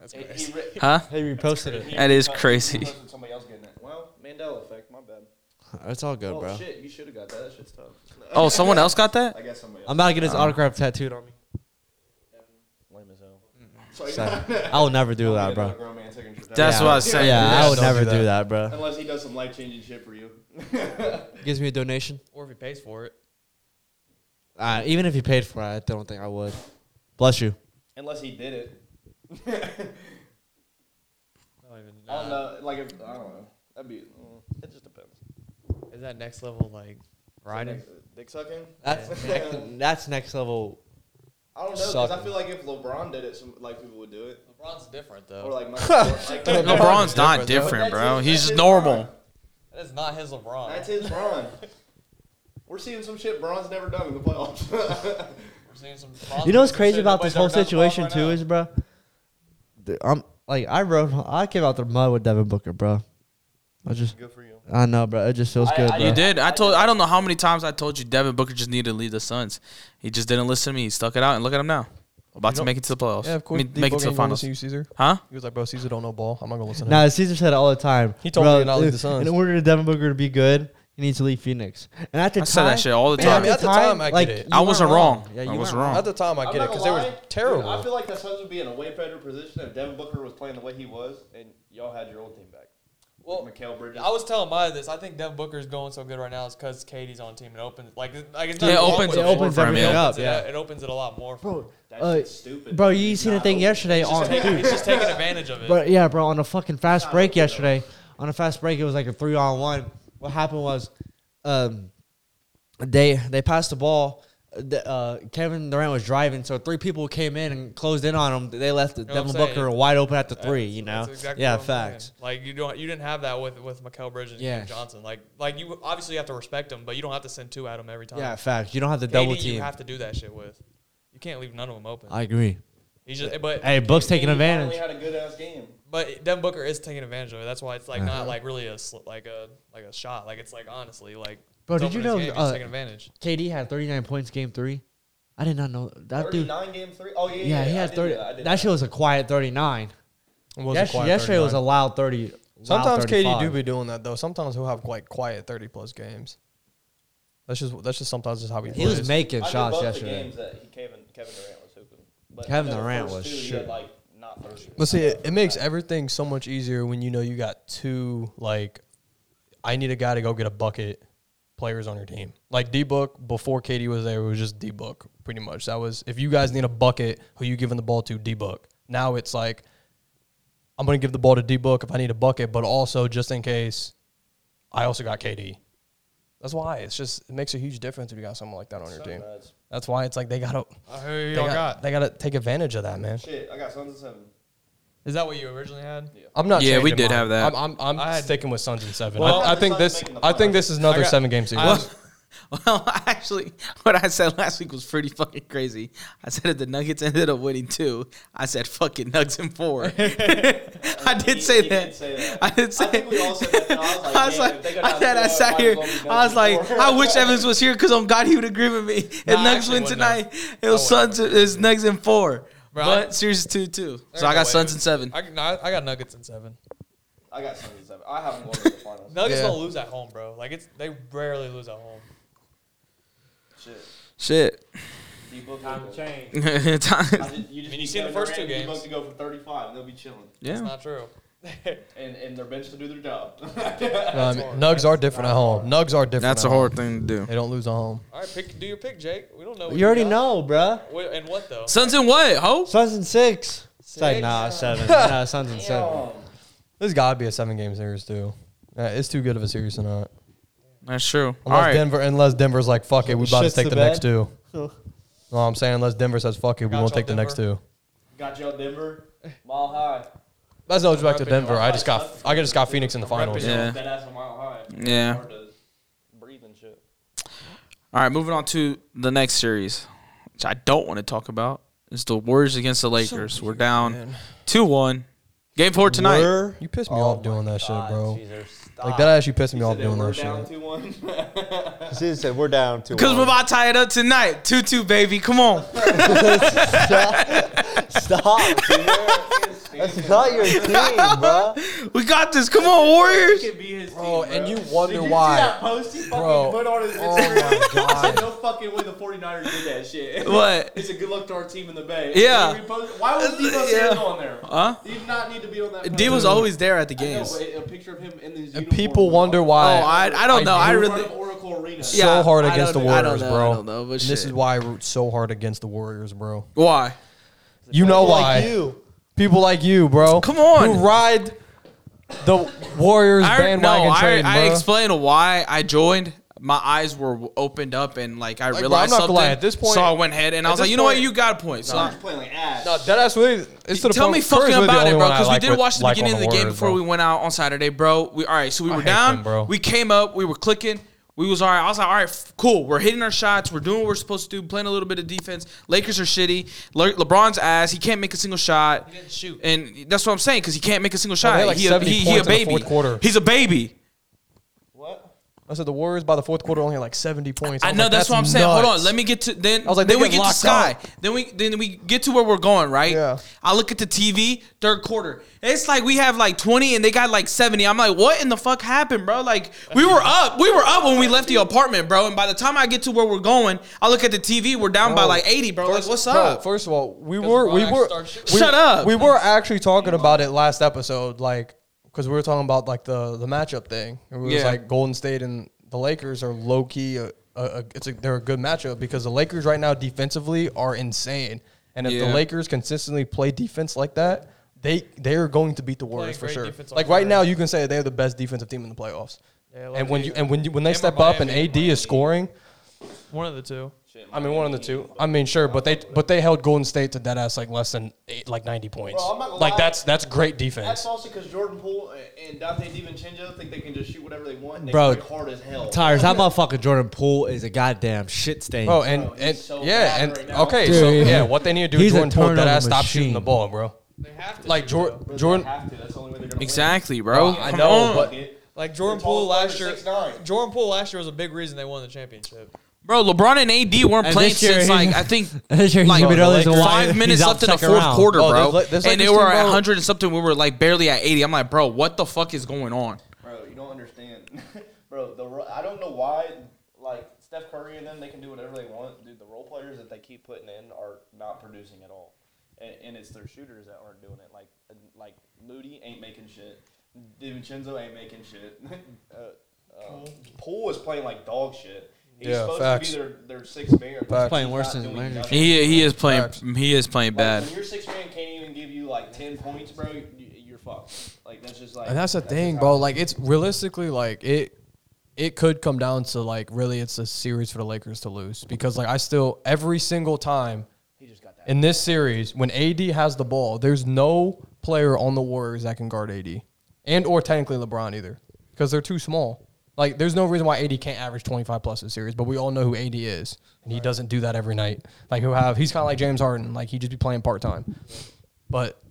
B: That's crazy.
A: huh?
D: He reposted it.
A: That is crazy.
B: Somebody else getting it. Well, Mandela effect. My bad.
D: It's all good,
B: Oh
D: bro.
B: shit, you should have got that. That shit's tough.
A: Oh, someone else got that?
B: I guess somebody
D: I'm
B: else.
D: about to get his autograph tattooed on me.
B: Lame as hell. Sorry.
D: I will never do that, bro.
B: Grown man signature tattoo.
A: That's
D: Yeah.
A: what I was saying.
D: Yeah, I
E: Yeah,
D: would
E: don't
D: never
E: do that.
D: do that, bro.
B: Unless he does some life changing shit for you.
D: Gives me a donation.
C: Or if he pays for it.
D: Uh, even if you paid for it, I don't think I would. Bless you.
B: Unless he did it.
C: I don't even
B: I don't know. Like, if, I don't know. That'd be. mm, It just depends.
C: Is that next level like riding?
B: Dick sucking?
D: That's next, that's next level.
B: I don't know because I
D: Sucking.
B: feel like if LeBron did it, some like people would do it.
C: LeBron's different
B: Or
C: though.
B: like, Michael Jordan, like
A: LeBron's not
B: But
A: different,
B: that's
A: bro.
B: his-
A: He's
B: that's
A: just
B: his
A: normal.
B: Bron.
C: That is not his LeBron.
B: That's his Bron. We're seeing some shit Bron's never done in the playoffs.
C: We're seeing some
D: You know what's
C: some
D: crazy
C: shit
D: about
C: nobody's
D: this whole
C: ever done LeBron
D: situation
C: right
D: too
C: now.
D: is, bro. th- I'm like I rode, I came out the mud with Devin Booker, bro. I just,
B: Good for you.
D: I know, bro. It just feels
B: I-
D: good,
B: I-
D: bro.
A: You did. I told. I don't know how many times I told you Devin Booker just needed to leave the Suns. He just didn't listen to me. He stuck it out, and look at him now. About
E: You
A: to
E: don't-
A: make it to the playoffs.
E: Yeah, of course.
A: Me- make it to the finals.
E: You, Caesar.
A: Huh?
E: He was like, bro, Caesar don't know ball. I'm not gonna listen. to him.
D: Now Caesar said it all the time.
E: He told
D: bro,
E: me to not leave the
D: if-
E: Suns.
D: In order to Devin Booker to be good, he needs to leave Phoenix. And at the
A: I
D: time,
A: said that shit all the
E: Yeah, I
A: time.
E: mean, at the time, I get
D: like,
E: it.
D: you
A: I
D: weren't
A: wasn't wrong.
D: Yeah,
A: I
D: you
A: was
D: weren't
A: wrong.
E: At the time, I
B: I'm
E: get
B: not
E: it because they
B: gonna
E: were
B: lie, dude,
E: terrible.
B: I feel like the Suns would be in a way better position if Devin Booker was playing the way he was, and y'all had your old team back.
C: Well,
B: Mikal Bridges.
C: I was telling Maya this. I think Devin Booker is going so good right now is because Katie's on the team and opens like like it's not
A: Yeah, it
C: wrong
A: opens
C: with
A: it
C: him.
A: opens
C: It opens
A: everything
C: it
D: up, yeah.
C: It opens it a lot more. For him.
D: Bro,
B: That
D: uh,
B: shit's stupid.
D: bro, you seen a
B: Nah,
D: thing
B: don't-
D: yesterday on dude,
C: He's just taking advantage of it.
D: But yeah, bro, on a fucking fast break yesterday, on a fast break, it was like a three on one. What happened was, um, they they passed the ball. The, uh, Kevin Durant was driving, so three people came in and closed in on him. They left the
C: know what
D: Devin
C: I'm
D: Booker
C: saying?
D: wide open at the three.
C: That's-
D: You know,
C: that's exactly
D: yeah,
C: what I'm saying.
D: facts.
C: Like you don't, you didn't have that with with Mikel Bridges and
D: Yes.
C: Cam Johnson. Like like you obviously have to respect him, but you don't have to send two at him every time.
D: Yeah, facts. You don't have the
C: KD,
D: double
C: You
D: team.
C: have to do that shit with. You can't leave none of them open.
D: I agree.
C: He's just but
D: Hey, Book's taking
B: He finally
D: advantage.
B: had a good ass game.
C: but Devin Booker is taking advantage of it. That's why it's like
D: Uh-huh.
C: not like really a sl- like a like a shot. Like it's like honestly like.
D: Bro,
C: it's
D: did
C: open
D: you
C: his
D: know,
C: Game, he's
D: uh,
C: taking advantage.
D: KD had 39 points game three. I did not know that Uh, dude.
B: 39 game three. Oh yeah, yeah,
D: Yeah, he
B: I
D: had
B: did
D: 30.
B: do that. I did
D: That shit was a quiet 39.
E: It was a
D: Yesterday,
E: quiet
D: yesterday was a
E: 39.
D: loud 30. loud
E: Sometimes KD
D: 35.
E: do be doing that though. Sometimes he'll have like quiet thirty plus games. That's just that's just sometimes just how he
D: He
E: plays.
D: was making
B: I knew
D: shots
B: both The
D: yesterday.
B: games that he, Kevin, Kevin Durant was hooping. But
D: Kevin
B: the
D: Durant
B: first
D: was
B: two, he
D: shit.
B: had, Like not 30.
E: But see, it, it makes everything so much easier when you know you got two like, I need a guy to go get a bucket. Players on your team, like D Book before KD was there, it was just D Book pretty much. That was if you guys need a bucket, who you giving the ball to? D Book. Now it's like, I'm gonna give the ball to D Book if I need a bucket, but also just in case, I also got KD. That's why it's just it makes a huge difference if you got someone like that on your team.
B: nuts.
E: That's why it's like they gotta
C: who
E: they,
C: y'all
E: got,
C: got?
E: they gotta take advantage of that, man.
B: Shit, I got Suns and seven.
C: Is that what you originally had?
E: I'm not.
A: Yeah, we
E: changing
A: did
E: mine.
A: have that.
E: I'm, I'm, I'm
C: I had-
E: sticking with Suns and seven.
B: Well,
E: I, I think
B: Suns
E: this.
B: making the
E: I think this is another
C: I got-
E: seven game series.
C: I-
A: Well, actually, what I said last week was pretty fucking crazy. I said if the Nuggets ended up winning two, I said fucking Nuggets in four. I did
B: He-
A: say
B: he
A: that.
B: did say that.
A: I did say.
B: I think we all said that, and I was like,
A: I was
B: "Damn,
A: like,
B: if they go
A: I
B: down
A: said, I
B: two,
A: sat
B: might
A: here.
B: as well be
A: I was like,
B: Nuggets in
A: I wish
B: four.
A: Evans was here because on God he would agree with me. If
C: Nah, I
A: Nuggets
C: actually
A: win
C: wouldn't have.
A: tonight, it was Suns. It's Nuggets in four.
C: Bro, I-
A: but series is two two. So
C: no
A: I got
C: way.
A: Suns in seven.
C: I, no, I I got Nuggets in seven.
B: I got Suns and seven. I haven't won to the finals.
C: Nuggets
E: Yeah.
C: don't lose at home, bro. Like it's they rarely lose at home.
B: Shit,
A: Shit.
B: D Book. would go.
D: change.
B: I
A: Time-
B: just- You just
C: mean, you
B: need
C: seen the
B: Kevin Durant
C: first two
B: and D-Book
C: games.
B: to go for 35, and they'll be chilling,
A: yeah.
C: It's not true.
B: and and their bench to do their job.
E: Um, Nugs are different at home. Nugs are different.
A: That's
E: at
A: a hard thing to do.
E: They don't lose at home.
C: All right, pick. Do your pick, Jake. We don't know. what
D: You already
C: got.
D: know, bruh.
C: Wait, and what though?
A: Suns in what? Ho.
D: Suns and six. It's like,
C: Six?
D: nah, seven. nah, Suns and seven.
B: Damn.
E: There's got to be a seven game series too. Uh, it's too good of a series or not.
A: That's true. All
E: Unless
A: right.
E: Denver, unless Denver's like, fuck it, we about to
D: Shits
E: take
D: the
E: the next
D: bed.
E: two. No, I'm saying unless Denver says fuck it, we
C: Got
E: won't
C: y'all
E: take the next
C: Denver.
E: two.
B: Got y'all Denver, mile high.
E: That's no back to
C: repping
E: Denver.
C: y'all.
E: I just got I just got Phoenix in the finals.
C: repping
A: Yeah.
B: That ass a mile high.
A: Yeah.
B: Hard to breathe and shit.
A: All right, moving on to the next series, which I don't want to talk about. It's the Warriors against the Lakers. We're down two one. Game four tonight.
D: We're-
E: You pissed me
D: Oh
E: off
D: my
E: doing
D: God,
E: that shit, bro.
D: Caesar,
E: Like
D: stop.
E: that actually pissed me off
B: They
E: doing
B: were
E: that
B: down
E: shit.
B: 2 1.
D: Caesar said we're down two.
A: Because we're
D: one.
A: about to tie it up tonight. 2 2, baby. Come on.
D: stop. Caesar. That's not your team, bro.
A: We got this. Come on, Warriors.
E: Bro, and you wonder
B: Did you
E: why.
B: see that post he fucking
E: Bro.
B: put on his
E: Oh
B: Instagram?
E: my
B: He said,
E: God.
B: no fucking way the 49ers did that shit.
A: What?
B: It's a good luck to our team in the Bay.
A: Yeah.
B: He reposted- Why was Debo
A: Yeah.
B: Samuel on there?
A: Huh?
B: He did not need to be on that.
A: D was
B: post.
A: always there at the
B: I know,
A: games.
B: but a picture of him in his
E: And
B: uniform
E: people
B: was
E: wonder
B: on-
A: Oh,
E: why.
A: I, I don't know. I
E: do
B: in
A: really.
B: front of Oracle Arena.
E: so
A: Yeah,
E: hard
A: I
E: against the
A: don't- I don't
E: Warriors,
A: know,
E: bro.
A: I don't know, but
E: and this
A: shit.
E: is why I root so hard against the Warriors, bro.
A: Why?
E: You know why?
D: Like you.
E: People like you, bro.
A: Come on.
E: who ride the Warriors
A: I, no,
E: bandwagon
A: I,
E: train,
A: I
E: bro.
A: explained why I joined. My eyes were opened up and like I
E: bro, I'm
A: realized
E: not gonna
A: something.
E: lie, at this point-
A: so I went ahead and I
E: at
A: was like,
E: this
A: you know what?
E: point-
A: You got a point. So
B: He's
A: I-
B: playing like ass.
E: Uh, no, deadass really. It's to the
A: Tell
E: point-
A: me
E: Curry's
A: fucking
E: really the
A: about it,
E: only
A: bro,
E: one I
A: because we
E: like
A: did
E: with-
A: watch the
E: like on
A: beginning of the game
E: Warriors,
A: before
E: bro.
A: we went out on Saturday, bro. We all right, so we were
E: hate
A: down,
E: them, bro.
A: We came up, we were clicking, we was all right. I was like, all right, f- cool. We're hitting our shots, we're doing what we're supposed to do, playing a little bit of defense. Lakers are shitty. Le- LeBron's ass, he can't make a single shot.
C: He didn't shoot.
A: and that's what I'm saying because he can't make a single
E: Oh,
A: shot.
E: they had like
A: he, a,
E: 70
A: he, he
E: points
A: a
E: in the
A: baby.
E: fourth quarter.
A: He's a baby.
B: What?
E: I said the Warriors by the fourth quarter only had like 70 points.
A: I
E: was
A: know
E: like,
A: that's, what I'm saying. Hold on,
E: nuts.
A: let me get to then.
E: I was like, they
A: then we
E: get
A: get to
E: locked
A: Sky.
E: out.
A: Then we then we get to where we're going, right?
E: Yeah.
A: I look at the TV third quarter. It's like we have like 20 and they got like 70. I'm like, what in the fuck happened, bro? Like we were up, we were up when we left the apartment, bro. And by the time I get to where we're going, I look at the TV. We're down by
E: Bro,
A: like 80, bro. like what's
E: Bro,
A: up?
E: first of all, we were
C: Bron
E: we
C: actually
E: were
C: started shooting.
E: we,
A: Shut up.
E: We were actually talking about it last episode, like because we were talking about like the the matchup thing. It was
A: Yeah.
E: like Golden State and the Lakers are low key. A, a, a, it's a, they're a good matchup because the Lakers right now defensively are insane, and if
A: Yeah.
E: the Lakers consistently play defense like that. They they are going to beat the Warriors for
C: great
E: sure.
C: defense all
E: Like right
C: year.
E: now, you can say they're the best defensive team in the playoffs.
C: Yeah,
E: and when
C: low-key.
E: you and when you when they
C: Them or
E: step up and
C: Miami.
E: AD is scoring,
C: One of the two.
E: I mean, one of the two. I mean, sure, but they but they held Golden State to dead ass like less than eight, like ninety points.
B: Bro, I'm not gonna
E: like
B: lie.
E: that's that's great defense.
B: That's also because Jordan Poole and Dante DiVincenzo think they can just shoot whatever they want. And they
D: Bro,
B: play hard as hell.
D: Tires, that motherfucker Jordan Poole is a goddamn shit stain.
E: Bro, Oh, and
B: Bro, he's
E: and
B: so
E: yeah,
B: bad
E: and
B: right now.
E: okay,
D: Dude,
E: so
D: yeah.
E: yeah. what they need to do,
D: He's a
E: Jordan Poole, that
D: turnover
E: ass stop shooting
D: machine.
E: the ball, bro.
C: They have to.
E: Like
C: shoot,
E: Jor-
C: though.
B: Bro, they
E: Jordan,
B: have to. That's the only way they're gonna
A: exactly, bro.
E: I
A: Come
E: know,
A: on.
E: but-
B: Win.
C: Like Jordan
B: They're tall
C: Poole
B: players,
C: last year.
B: 6'9".
C: Jordan Poole last year was a big reason they won the championship.
A: bro, LeBron and AD weren't
D: And
A: playing
D: this year
A: since
D: he's-
A: like I think
D: This year he's
A: like
D: gonna be the
A: five
D: reason why he's
A: minutes
D: out
A: left in the
D: second
A: fourth
D: round.
A: quarter,
E: Oh,
A: bro.
E: there's like- there's like
A: and they
E: this
A: were
E: team,
A: at
E: bro.
A: 100 and something. We were like barely at 80. I'm like, bro, what the fuck is going on?
B: Bro, you don't understand, bro. The ro- I don't know why, like Steph Curry and them, they can do whatever they want. Dude, the role players that they keep putting in are not producing at all, and, and it's their shooters that aren't doing it. Like, uh, like Moody ain't making shit. DiVincenzo ain't making shit. uh, uh, Poole is playing like dog shit. He's
E: Yeah,
B: supposed
E: facts.
B: to be their, their sixth man. but
E: Facts.
D: Playing
B: not
D: worse than
B: doing
D: Leonard.
B: nothing.
A: He he is playing
E: Facts.
A: he is playing
B: Like,
A: bad.
B: When your six man can't even give you like ten points, bro, you, you're fucked. Like that's just like
E: and that's the
B: just
E: thing,
B: how
E: bro. Like it's realistically like it it could come down to like really it's a series for the Lakers to lose because like I still every single time
B: He just got that.
E: in this series, when AD has the ball, there's no player on the Warriors that can guard AD, and or technically LeBron either, because they're too small. Like, there's no reason why AD can't average 25 plus a series, but we all know who AD is, and he doesn't do that every night. Like, he'll have he's kind of like James Harden, like he just be playing part time. But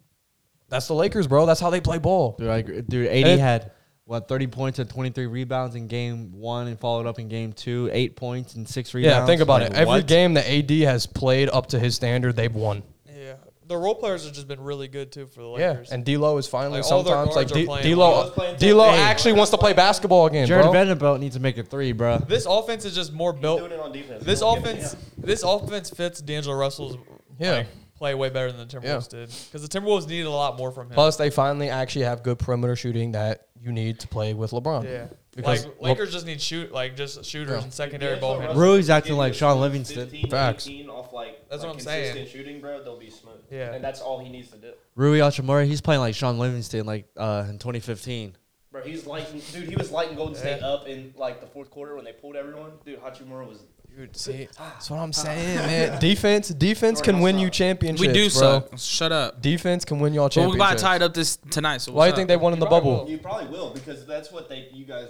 E: that's the Lakers, bro. That's how they play ball.
D: Dude, I agree. Dude, AD
E: it-
D: had what thirty points and twenty three rebounds in game one, and followed up in game two, eight points and six rebounds.
E: Yeah, think about
D: Like,
E: it. Every
D: what?
E: game that AD has played up to his standard, they've won.
C: Yeah, the role players have just been really good too for the
E: Yeah,
C: Lakers.
E: and D'Lo is finally
C: Like, all their
E: sometimes like
C: guards are
E: D-
C: playing
B: well.
E: D'Lo.
B: D'Lo's playing
E: D'Lo
B: tough. Hey.
E: actually wants to play basketball again,
D: Jared
E: bro.
D: Vanderbilt needs to make a three, bro.
C: this offense is just more built.
B: doing it on defense.
C: This
B: Don't give a
C: offense,
B: damn.
C: this offense fits D'Angelo Russell's
E: Yeah.
C: like, play way better than the Timberwolves did because the Timberwolves needed a lot more from him.
E: Plus, they finally actually have good perimeter shooting that you need to play with LeBron.
C: yeah,
E: um, because
C: like Lakers just need shoot like just shooters
E: Yeah.
C: and secondary ball
B: D'Angelo
C: handlers.
B: Russell
D: Rui's acting
B: gives
D: like
B: you
D: Sean
B: 15,
D: Livingston.
B: 15,
E: Facts.
B: 18 off like
C: That's
B: like
C: what I'm saying.
B: consistent Shooting, bro, they'll be smooth.
C: Yeah.
B: and that's all he needs to do.
D: Rui Hachimura, he's playing like Sean Livingston, like uh, in twenty fifteen.
B: Bro, he's lighting, dude. He was lighting Golden State
C: Yeah.
B: up in like the fourth quarter when they pulled everyone. Dude, Hachimura was.
E: Dude, see, ah, that's what I'm saying, man. Defense, defense can win you championships.
A: we do
E: bro.
A: so. Shut up.
E: Defense can win y'all
A: But we're
E: championships.
A: about tied up this tonight. So
E: Why do
A: what's
E: you think
A: up?
E: they won in the
C: You're right,
E: bubble?
B: You probably will because that's what they. You guys,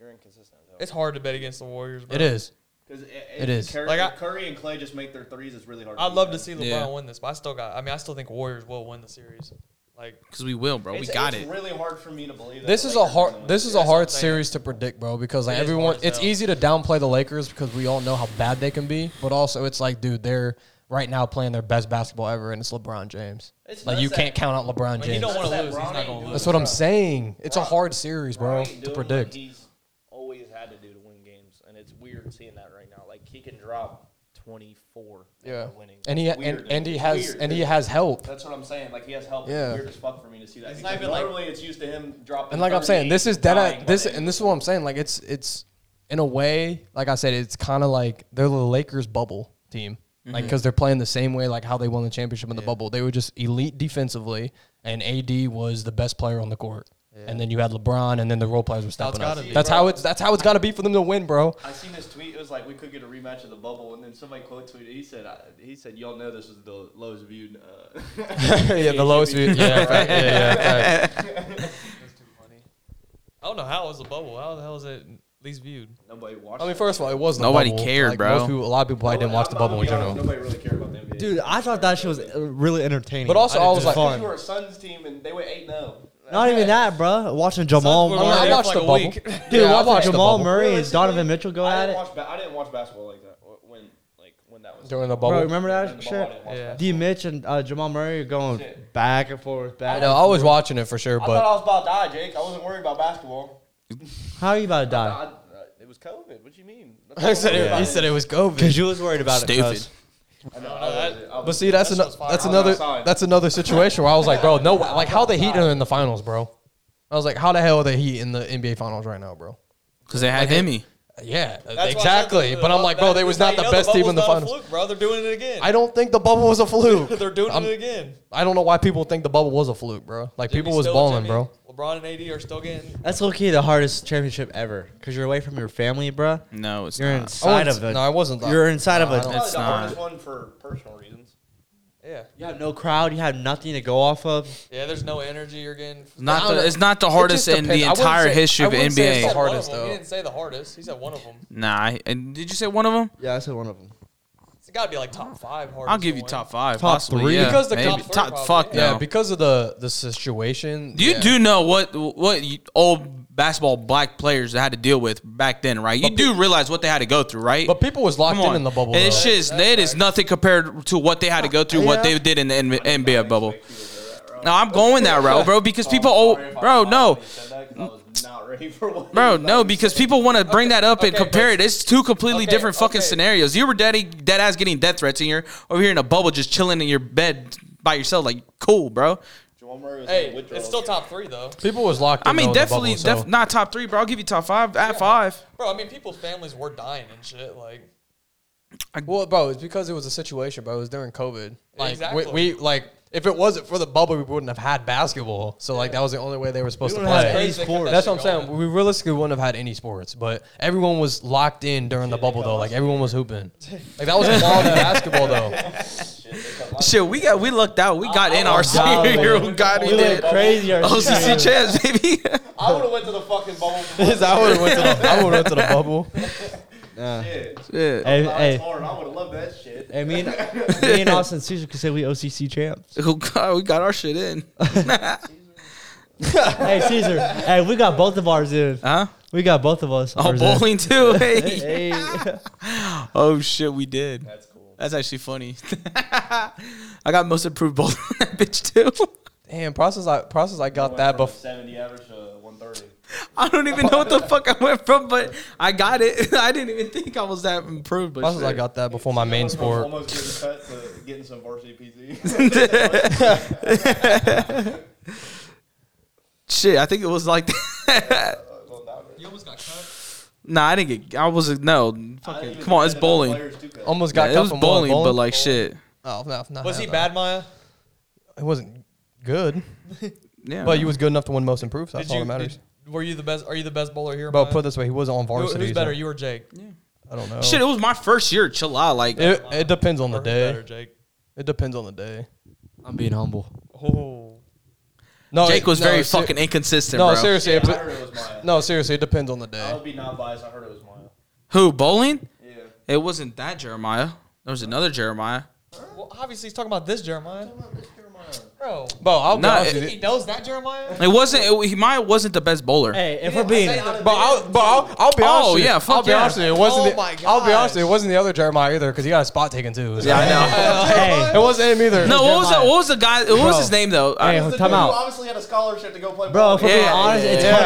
B: you're inconsistent. though.
C: It's hard to bet against the Warriors. Bro.
E: It is.
B: 'Cause
E: It is.
B: Curry,
C: Like, I-
B: Curry and Clay just make their threes. It's really hard.
C: I'd
B: beat
C: love to
B: them.
C: see LeBron
A: Yeah.
C: win this, but I still got. I mean, I still think Warriors will win the series. Like
A: Because we will, bro. We
B: It's-
A: got
B: it's
A: it.
B: really hard for me to believe. that
E: This
B: the
E: is a
B: Lakers
E: hard.
B: are gonna
E: This
B: win.
E: is a
C: what I'm
E: hard
C: saying.
E: series to predict, bro. Because like
C: It is
E: everyone,
C: hard,
E: it's
C: though.
E: easy to downplay the Lakers because we all know how bad they can be. But also, it's like, dude, they're right now playing their best basketball ever, and it's LeBron James.
B: It's
E: like
B: nuts
E: you
B: that-
E: can't count out LeBron
C: when you
E: James.
C: don't
B: That's
C: want to
B: that
C: lose, he's
B: Bronny
C: not going to
B: dude.
E: That's
C: lose.
E: what I'm saying. It's a hard series, bro,
B: Bro, ain't
E: to
B: doing
E: predict.
B: What he's always had to do to win games, and it's weird seeing that right now. Like he can drop twenty four.
E: Yeah.
B: winning.
E: And he
B: It's
E: and,
B: weird,
E: and he
B: dude.
E: has
B: Weird,
E: and he
B: dude.
E: has help.
B: That's what I'm saying. Like he has help.
E: Yeah.
B: It's weird as fuck for me to see that.
C: It's not
B: because
C: even like-
B: normally it's used to him dropping.
E: And like I'm saying,
B: 30,
E: this is dead
B: dying
E: at, this
B: by the end.
E: and this is what I'm saying. Like it's it's in a way, like I said, it's kind of like they're the Lakers bubble team. Like
B: Mm-hmm.
E: because they're playing the same way, like how they won the championship in the bubble. They were just elite defensively, and AD was the best player on the court. And then you had LeBron, and then the role players were stepping
C: gotta
E: up.
C: be,
E: That's
B: bro.
E: how it's that's how it's got to be for them to win, bro.
B: I seen this tweet. It was like we could get a rematch of the bubble, and then somebody quote tweeted. He said, I, "He said y'all know this was the lowest viewed." Uh,
E: yeah, the lowest. Yeah, fact, yeah, yeah. fact.
C: I don't know how it was a bubble. How the hell is it least viewed?
B: Nobody watched.
E: I mean,
B: it.
E: first of all, it wasn't.
A: Nobody cared,
E: like,
A: bro.
E: Most people, a lot of people, probably didn't watch the
B: I'm- I'm
E: bubble in
B: gonna be honest,
E: general.
B: Nobody really cared about the NBA.
D: Dude, I thought that shit was uh, really entertaining.
E: But also, I was
D: think
E: like-
D: it
B: If you
D: fun.
B: were a Suns team and oh. they went eight 0
D: Not even that, bro. Watching Jamal
E: I, mean, I
D: Murray,
E: watched
C: like
E: the
C: a
E: bubble.
C: week.
E: Dude, I watched
D: Jamal
E: the bubble.
D: Murray and Donovan Mitchell go
B: I
D: at
B: didn't
D: it.
B: watch. Ba- I didn't watch basketball like that wh- when like when that was.
E: during the bubble.
D: Bro, remember
B: when
D: that
B: the bubble, I
D: shit?
B: didn't watch
C: Yeah.
B: basketball.
D: D. Mitch and uh, Jamal Murray are going back and forth, back.
E: I know, I was watching it for sure,
B: I thought I
E: but
B: was about to die, Jake. I wasn't worried about basketball.
D: How are you about to
B: I,
D: die?
B: I- it was COVID. What do you mean?
E: I said it- he said it was COVID.
D: Because you was worried about it.
A: Stupid.
D: cuz.
B: I know, I was- I was-
E: But see, that's
C: That
E: ano-
C: shit's fire.
E: that's
B: I was
E: another
B: outside.
E: that's another situation where I was like, bro, no, like how the Heat are in the finals, bro. I was like, how the hell are the Heat in the NBA finals right now, bro?
A: Because they had Hemi.
E: Yeah,
C: That's why I said
E: exactly.
C: the- uh,
E: But I'm like, bro,
C: that-
E: they was
C: that's
E: not
C: how
E: the
C: you know
E: best team in the
C: bubble's not a
E: finals.
C: fluke, bro, they're doing it again.
E: I don't think the bubble was a fluke.
C: they're doing
E: I'm-
C: it again.
E: I don't know why people think the bubble was a fluke, bro. Like people
C: Jimmy's
E: was
C: still
E: balling,
C: Jimmy.
E: bro.
C: LeBron and AD are still getting.
D: That's low key the hardest championship ever. Because you're away from your family, bro.
A: No, it's
D: You're
A: not.
E: I
D: inside
E: wasn't-
D: of the.
E: no, I wasn't.
D: You're inside of
E: No, I
D: a.
E: don't-
B: Probably
A: It's
B: the
A: not.
B: hardest one for personal reasons.
C: Yeah,
D: You have no crowd. You have nothing to go off of.
C: yeah. There's no energy. You're getting.
E: I
A: Not
E: don't
A: the,
E: know.
A: it's not the
E: It
A: hardest
E: just
A: in the
E: depends. I wouldn't
A: entire
E: say-
A: history
E: I
A: of
E: wouldn't say it's
A: NBA.
C: He said
E: the-
C: one
E: hardest,
C: of them.
E: though.
C: He didn't say the hardest. He said one of them.
A: Nah, I- and did you say one of them?
D: Yeah, I said one of them.
C: It's got to be like top five hardest.
A: I'll give
C: to
A: you
C: win.
A: top five,
D: Top
A: possibly.
D: three?
A: Yeah,
E: Because the
A: maybe.
E: top
C: three,
A: top,
C: probably.
A: fuck
E: Yeah,
A: no.
E: because of the the situation.
A: you
E: yeah.
A: do know what what you, old basketball black players had to deal with back then, right? You do realize what they had to go through, right?
E: But people was locked in in the bubble.
A: And it's
E: though.
A: shit is, it is nothing compared to what they had to go through, what they did in the N- NBA bubble. No, I'm going that route, bro, because people, oh,
B: Oh, sorry if I
A: bro,
B: paused
A: no,
B: when you said that, 'cause I was not ready for what
A: bro,
B: you
A: no,
B: was
A: because people want to bring that up and
C: okay,
A: compare
C: but-
A: it. It's two completely
C: okay,
A: different fucking
C: okay.
A: scenarios. You were daddy, dead ass getting death threats, and you're over here in a bubble just chilling in your bed by yourself, like cool, bro.
B: Jamal Murray was in
C: Hey,
B: withdrawal.
C: it's still top three though,
E: People was locked.
A: I
E: in, though,
A: mean,
E: in the
A: definitely,
E: bubble, so-
A: def- not top three, bro. I'll give you top five at five.
C: bro. I mean, people's families were dying and shit. Like,
E: Well, bro, it's because it was a situation, bro. It was during COVID. Like
C: Exactly.
E: we, we like if it wasn't for the bubble, we wouldn't have had basketball. So like that was the only way they were supposed to
D: wouldn't have
E: play.
D: any
C: Crazy they kept
D: sports.
C: that
E: That's
C: shit
E: what I'm saying.
C: going.
E: We realistically wouldn't have had any sports, but everyone was locked in during the bubble though. Like everyone was hooping. Like that was quality basketball though.
A: Shit, we got we lucked out. We got in our
D: Oh, God,
A: senior year. We got
D: We
A: in
D: went
A: there.
D: crazy. our
E: Oh,
D: senior year.
A: OCC chance, baby.
B: I would have went to the fucking bubble. before
E: Because I would have went to the I would have went to the bubble.
D: Yeah.
B: shit.
A: Yeah.
D: Hey,
B: Nah,
D: hey,
B: It's hard. I would have loved that shit.
D: hey, me and, me and Austin Caesar could say we OCC champs.
A: Oh God, we got our shit in.
D: hey, Caesar. Hey, we got both of ours in.
A: Huh?
D: We got both of us.
A: Oh,
D: ours in.
A: bowling too. Hey.
D: Hey.
A: Oh shit, we did.
B: That's cool.
A: That's actually funny. I got most improved bowling on that bitch too.
E: Damn, process I process I got that
B: Went from
E: before.
B: 70 average to 130.
A: I don't even know what the fuck I went from, but I got it. I didn't even think I was that improved. But
E: Process I
A: shit.
E: got that before my
B: I
E: main
B: went from
E: sport.
B: Almost getting cut to getting some varsity PT.
A: shit. I think it was like.
C: you almost got cut.
A: nah, I didn't get. I was no.
B: I didn't
A: Fucking
B: even
A: come on, it's
B: think that
A: bowling.
B: players do cut.
E: Almost got
A: Yeah, it
E: cut
A: was
E: from
A: bowling,
E: one
A: but like shit.
E: Oh, no, no,
C: Was he
E: no.
C: bad, Maya?
E: It wasn't good.
A: Yeah.
E: But you was good enough to win most improved. So that's
C: Did
E: all
C: you?
E: that matters.
C: did- were you the best? Are you the best bowler here?
E: Bro,
C: Maya?
E: put it this way, he wasn't on
C: Who-
E: varsity.
C: who's
E: so
C: better, you or Jake?
E: I don't know.
A: shit. It was my first year. Chill out, like.
E: it, it depends on the
C: Or who's
E: day.
C: Better, Jake.
E: It depends on the day.
D: I'm being humble.
C: Oh,
E: No,
A: Jake
E: it-
A: was
E: no,
A: very
E: ser-
A: fucking inconsistent,
E: No,
A: bro.
E: seriously.
B: Yeah,
E: It,
B: I
E: pe-
B: heard it was Maya.
E: no, seriously. It depends on the
B: I
E: day.
B: would be not biased. I heard it was Maya.
A: Who bowling?
B: Yeah.
A: It wasn't that Jeremiah. There was another Jeremiah.
C: well, obviously he's talking about this Jeremiah, bro.
E: Bro, I'll be
A: Nah, it-
E: honest with
C: He
E: you.
C: knows that Jeremiah.
A: It wasn't. It, he- Maya wasn't the best bowler.
D: Hey, if we're being
E: But I'll, but I'll, I'll be
A: Oh,
E: honest. with you.
A: yeah,
E: I'll
A: fuck
E: be
A: yeah.
E: honest with you. It wasn't.
C: Oh
E: the,
C: my
E: I'll be honest. With you, it
C: gosh.
E: wasn't the other Jeremiah either because he got a spot taken too.
A: yeah, I know.
D: hey,
E: It wasn't him either.
A: no, what was that?
D: Jeremiah.
A: What was the guy? What was
D: Bro.
A: his name though? I-
D: Hey,
B: The
D: time
B: dude
D: out.
B: Who obviously had a scholarship to go play
D: Bro,
B: ball.
D: if we're being
A: Yeah,
D: honest,
A: yeah,
D: it's
A: yeah.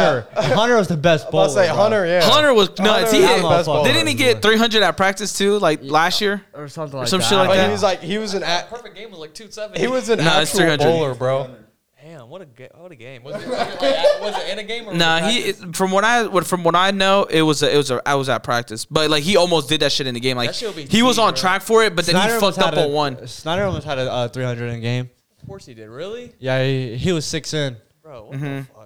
D: Hunter. Hunter was the best
E: I
D: bowler.
E: say
D: bro.
E: Hunter. Yeah,
A: Hunter was nuts. He
E: was
A: hit-
E: the best bowler.
A: Didn't he get 300 at practice too? Like last year.
D: or something like
A: some
D: that.
A: shit like
E: But
A: that.
E: he was like, he was an,
C: That
E: a-
C: perfect game was like two seventy.
E: he was an
A: Nah, it's
E: actual
A: 300.
E: bowler, bro.
C: Damn, what a ga- what a game. Was it, was it, like, was it in a game or was
A: Nah,
C: it
A: he
C: practice?
A: from what I what- from what I know, it was a, it was a, I was at practice, but like he almost did that shit in the game. Like
C: That shit'll be
A: he was
C: deep,
A: on
C: bro.
A: track for it, but then he
D: almost
A: fucked up
D: had
A: on
D: a-
A: one.
D: Snyder almost had a uh, 300 in game.
C: Of course he did. Really,
D: Yeah, he, he was six in.
A: Mm-hmm.
C: bro? What the fuck?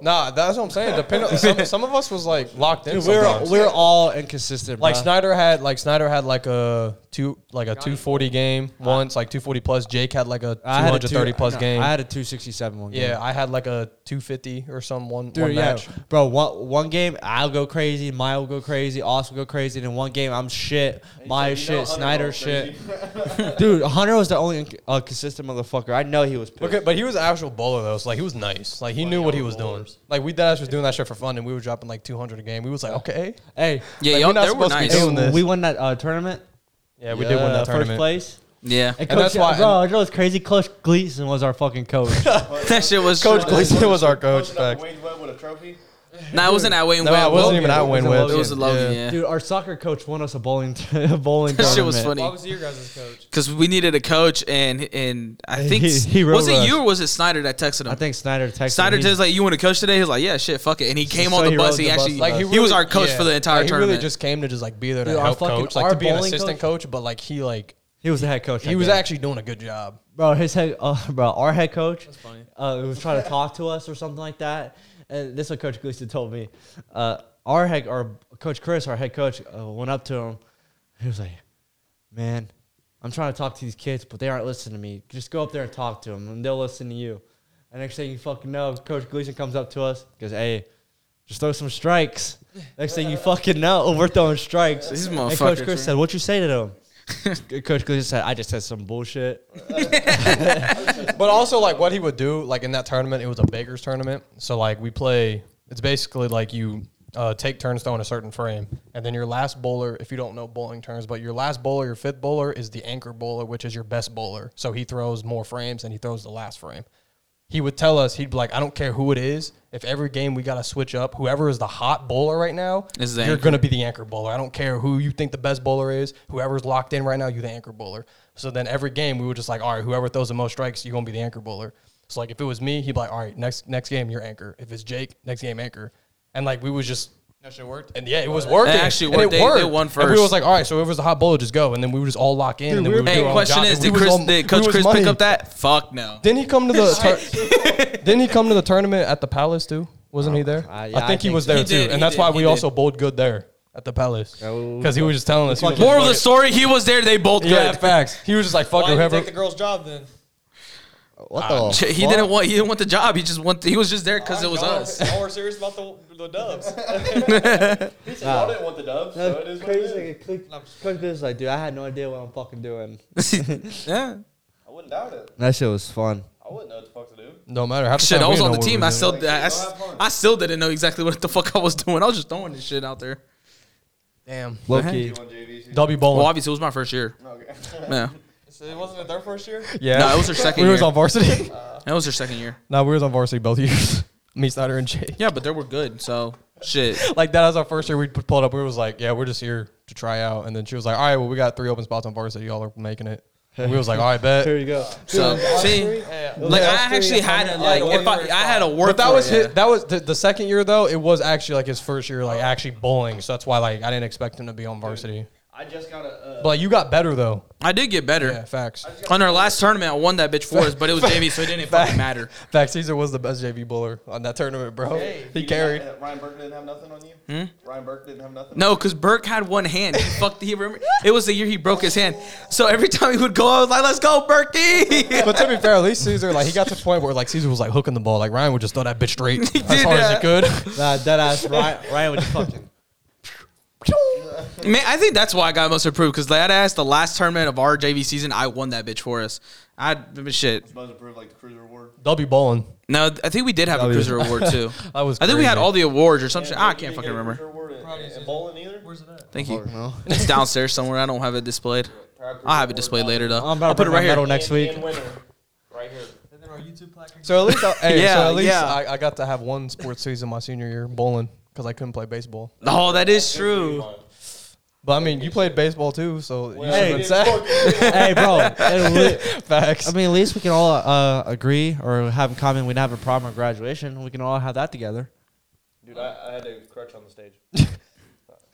E: Nah, that's what I'm saying. Depend on, some, some of us was like locked in.
D: Dude, we're
E: sometimes.
D: we're all inconsistent.
E: Like
D: bruh.
E: Snyder had like Snyder had like a two like a two forty game once, like two forty plus. Jake had like a two hundred thirty plus
D: no,
E: game.
D: I had a 267 one game.
E: yeah, I had like a two fifty or some one,
D: Dude,
E: one
D: yeah,
E: match.
D: bro. One, one game I'll go crazy, Maya will go crazy, Austin will go crazy, and in one game I'm shit, Maya
B: You know
D: shit,
B: Hunter
D: Snyder
B: goes
D: shit.
B: crazy.
D: Dude, Hunter was the only uh, consistent motherfucker. I know he was pissed.
E: Okay, but he was an actual bowler though. So like he was nice. Like he knew what he was doing. Like we that was doing that shit for fun, and we were dropping like two hundred a game. We was like, okay,
D: Hey,
E: Like,
A: Yeah,
E: we're
A: y'all,
E: not
A: they were
E: supposed to be
A: nice.
E: doing
D: hey
E: this.
D: we won that uh, tournament.
E: yeah, we did win
D: Yeah,
E: that tournament.
D: First place.
A: yeah,
D: And,
E: And
D: coach,
E: that's why-
D: bro, you know what's crazy? Coach Gleason was our fucking coach.
A: that shit was.
E: Coach Gleason was our coach.
B: Posted up
E: Facts.
B: Wayne's Web with a trophy.
A: Nah, it wasn't at Wayne
E: No,
A: Webb.
E: I wasn't even at
D: Logan.
E: win
D: It was a
E: with.
A: It was a Logan. Yeah,
D: Dude, our soccer coach won us a bowling a bowling
A: that shit was
D: tournament.
A: funny.
C: Why was your guys' coach?
A: because we needed a coach, and and I think
D: He- he wrote
A: was it
D: us.
A: you or was it Snyder that texted him?
D: I think Snyder texted.
A: Snyder
D: me.
A: just like you want to coach today. He was like, yeah, shit, fuck it, and he came
D: So
A: on the
D: he
A: bus.
D: rode
A: He
D: the bus
A: actually
D: with
A: like,
D: us.
A: he,
D: Like,
A: was
E: really-
A: our coach
E: yeah.
A: for the entire
E: Like,
A: tournament.
E: He really just came to just like be there to
D: Dude, our
E: help
D: fucking-
E: coach, like
D: our
E: to be an
D: bowling
E: assistant coach, but like he like
D: he was the head coach.
E: he was actually doing a good job.
D: bro. His head, uh, bro, our head coach.
C: funny.
D: Uh, was trying to talk to us or something like that. And this is what Coach Gleason told me. Uh, our head, our coach Chris, our head coach, uh, went up to him. He was like, "Man, I'm trying to talk to these kids, but they aren't listening to me. Just go up there and talk to them, and they'll listen to you." And next thing you fucking know, Coach Gleason comes up to us, goes, "Hey." Just throw some strikes. Next thing you fucking know, we're throwing strikes.
A: These
D: And Coach
A: motherfuckers,
D: Chris
A: man.
D: said, "What you say to them?" Coach Chris said, "I just said some bullshit."
E: But also like what he would do, like in that tournament, it was a baker's tournament. So like we play it's basically like you uh, take turns throwing a certain frame, and then your last bowler, if you don't know bowling terms, but your last bowler, your fifth bowler, is the anchor bowler, which is your best bowler. So he throws more frames and he throws the last frame. He would tell us, he'd be like, I don't care who it is. If every game we got to switch up, whoever is the hot bowler right now,
A: Is the
E: you're
A: anchor.
E: going to be the anchor bowler. I don't care who you think the best bowler is. Whoever's locked in right now, you're the anchor bowler. So then every game, we were just like, all right, whoever throws the most strikes, you're going to be the anchor bowler. So like if it was me, he'd be like, all right, next next game, you're anchor. If it's Jake, next game, anchor. And like we was just
C: That shit worked.
E: and yeah, it was working.
A: actually
E: And
A: worked. They-
E: It
A: they
E: worked.
A: won
E: And we
A: first.
E: was like, all right, so whoever's the hot bowler, just go. And then we would just all lock in. and then we would do
A: hey,
E: our own
A: question
E: job.
A: is,
E: And we
A: did
E: was
A: Chris
E: all- we
A: did Coach
E: was
A: Chris
E: money.
A: pick up that? Fuck no.
E: Didn't he come to the? Tur- didn't he come to the tournament at the Palace too? Wasn't he there?
D: I-
E: I,
D: yeah, I
E: think, he
D: think
E: was
D: so.
E: there
A: He
E: too,
A: did, he
E: and that's
A: did,
E: why
A: he
E: we
A: did.
E: also bowled good there at the Palace because he was just telling us. he was like,
A: Moral of
E: "Fuck
A: the
E: it."
A: story: He was there. They both
E: Yeah,
A: good.
E: facts. He was just like, "Fuck
C: Why
E: it,
C: did you
E: whoever."
C: take the girl's job then?
D: What the?
A: Shit, He didn't want. He didn't want the job. He just want. He was just there because it was
C: Y'all are-
A: us.
C: Y'all were serious about the, the dubs.
B: He said, "Y'all didn't want the dubs, so it is what it is."
D: crazy. Coach Chris was like, dude, I had no idea what I'm fucking doing.
A: yeah.
B: I wouldn't doubt it.
D: That shit was fun.
B: I wouldn't know what the fuck to do.
E: No matter how.
A: Shit, I was on the team. I
E: still.
A: still, I, s- I still didn't know exactly what the fuck I was doing. I was just throwing this shit out there.
E: Damn.
D: Low
B: You
D: key.
B: want JVC?
E: W
A: Well,
E: bowling.
A: obviously it was my first year.
B: Okay.
A: Yeah,
C: So it wasn't it their first year?
E: Yeah.
A: No, it was her second
E: We was
A: year.
E: on varsity.
A: that was her second year.
E: no, we was on varsity both years. Me, Snyder, and Jake.
A: Yeah, but they were good. So shit.
E: like that was our first year we p- pulled up. We was like, yeah, we're just here to try out. And then she was like, all right, well, we got three open spots on varsity. Y'all are making it. And we was like, all right, bet.
D: Here you go.
A: So see,
C: Yeah.
A: like I actually had a like if I, I had a work.
E: But that
A: for
E: was
A: it.
E: his, that was the, the second year though. It was actually like his first year, like actually bowling. So that's why like I didn't expect him to be on varsity.
B: I just got a. Uh,
E: But like, you got better though.
A: I did get better.
E: Yeah, facts.
A: On our last tournament, I won that bitch for us, but it was JV, so it didn't fucking matter.
E: Facts. Caesar was the best JV bowler on that tournament, bro. he
B: didn't
E: carried.
B: have- Ryan Burke didn't have nothing on you. Ryan Burke didn't have nothing.
A: Hmm? No, because Burke had one hand. He fucked. He remember it was the year he broke his hand. So every time he would go, I was like, "Let's go, Berkey!"
E: But to be fair, at least Caesar like he got to the point where like Caesar was like hooking the ball. Like Ryan would just throw that bitch straight as
A: did
E: hard as he
A: that.
E: could.
D: Nah, dead ass. Ryan, Ryan would fucking.
A: Man, I think that's why I got most improved because that ass the last tournament of our JV season, I won that bitch for us. I shit.
B: Supposed to prove like the cruiser award.
E: W bowling.
A: No, I think we did have a cruiser award too.
E: That was.
A: I think we had
E: crazy.
A: all the awards or some shit.
B: Burke,
A: I
B: you
A: can't
B: didn't
A: fucking
B: get a
A: remember.
B: Cruiser award in-
C: Probably
B: in
C: isn't.
B: bowling either.
C: Where's it at?
A: Thank you.
D: No.
A: It's downstairs somewhere. I don't have it displayed. I'll have it displayed later though.
D: I'm about to
A: I'll put it
D: bring
A: right
D: my medal
A: here.
D: next week.
B: And winner, right here.
C: And then our YouTube plaque.
E: So at least, I, hey,
A: Yeah,
E: so at least
A: yeah.
E: I, I got to have one sports season my senior year bowling because I couldn't play baseball.
A: Oh, that is true.
E: But I mean, you played baseball too, so you should
D: Hey.
E: have been sad.
D: hey, bro. at le-
E: Facts.
D: I mean, at least we can all uh, agree or have in common we didn't have a problem at graduation. We can all have that together.
B: Dude, I, I had a crutch on the stage.
E: he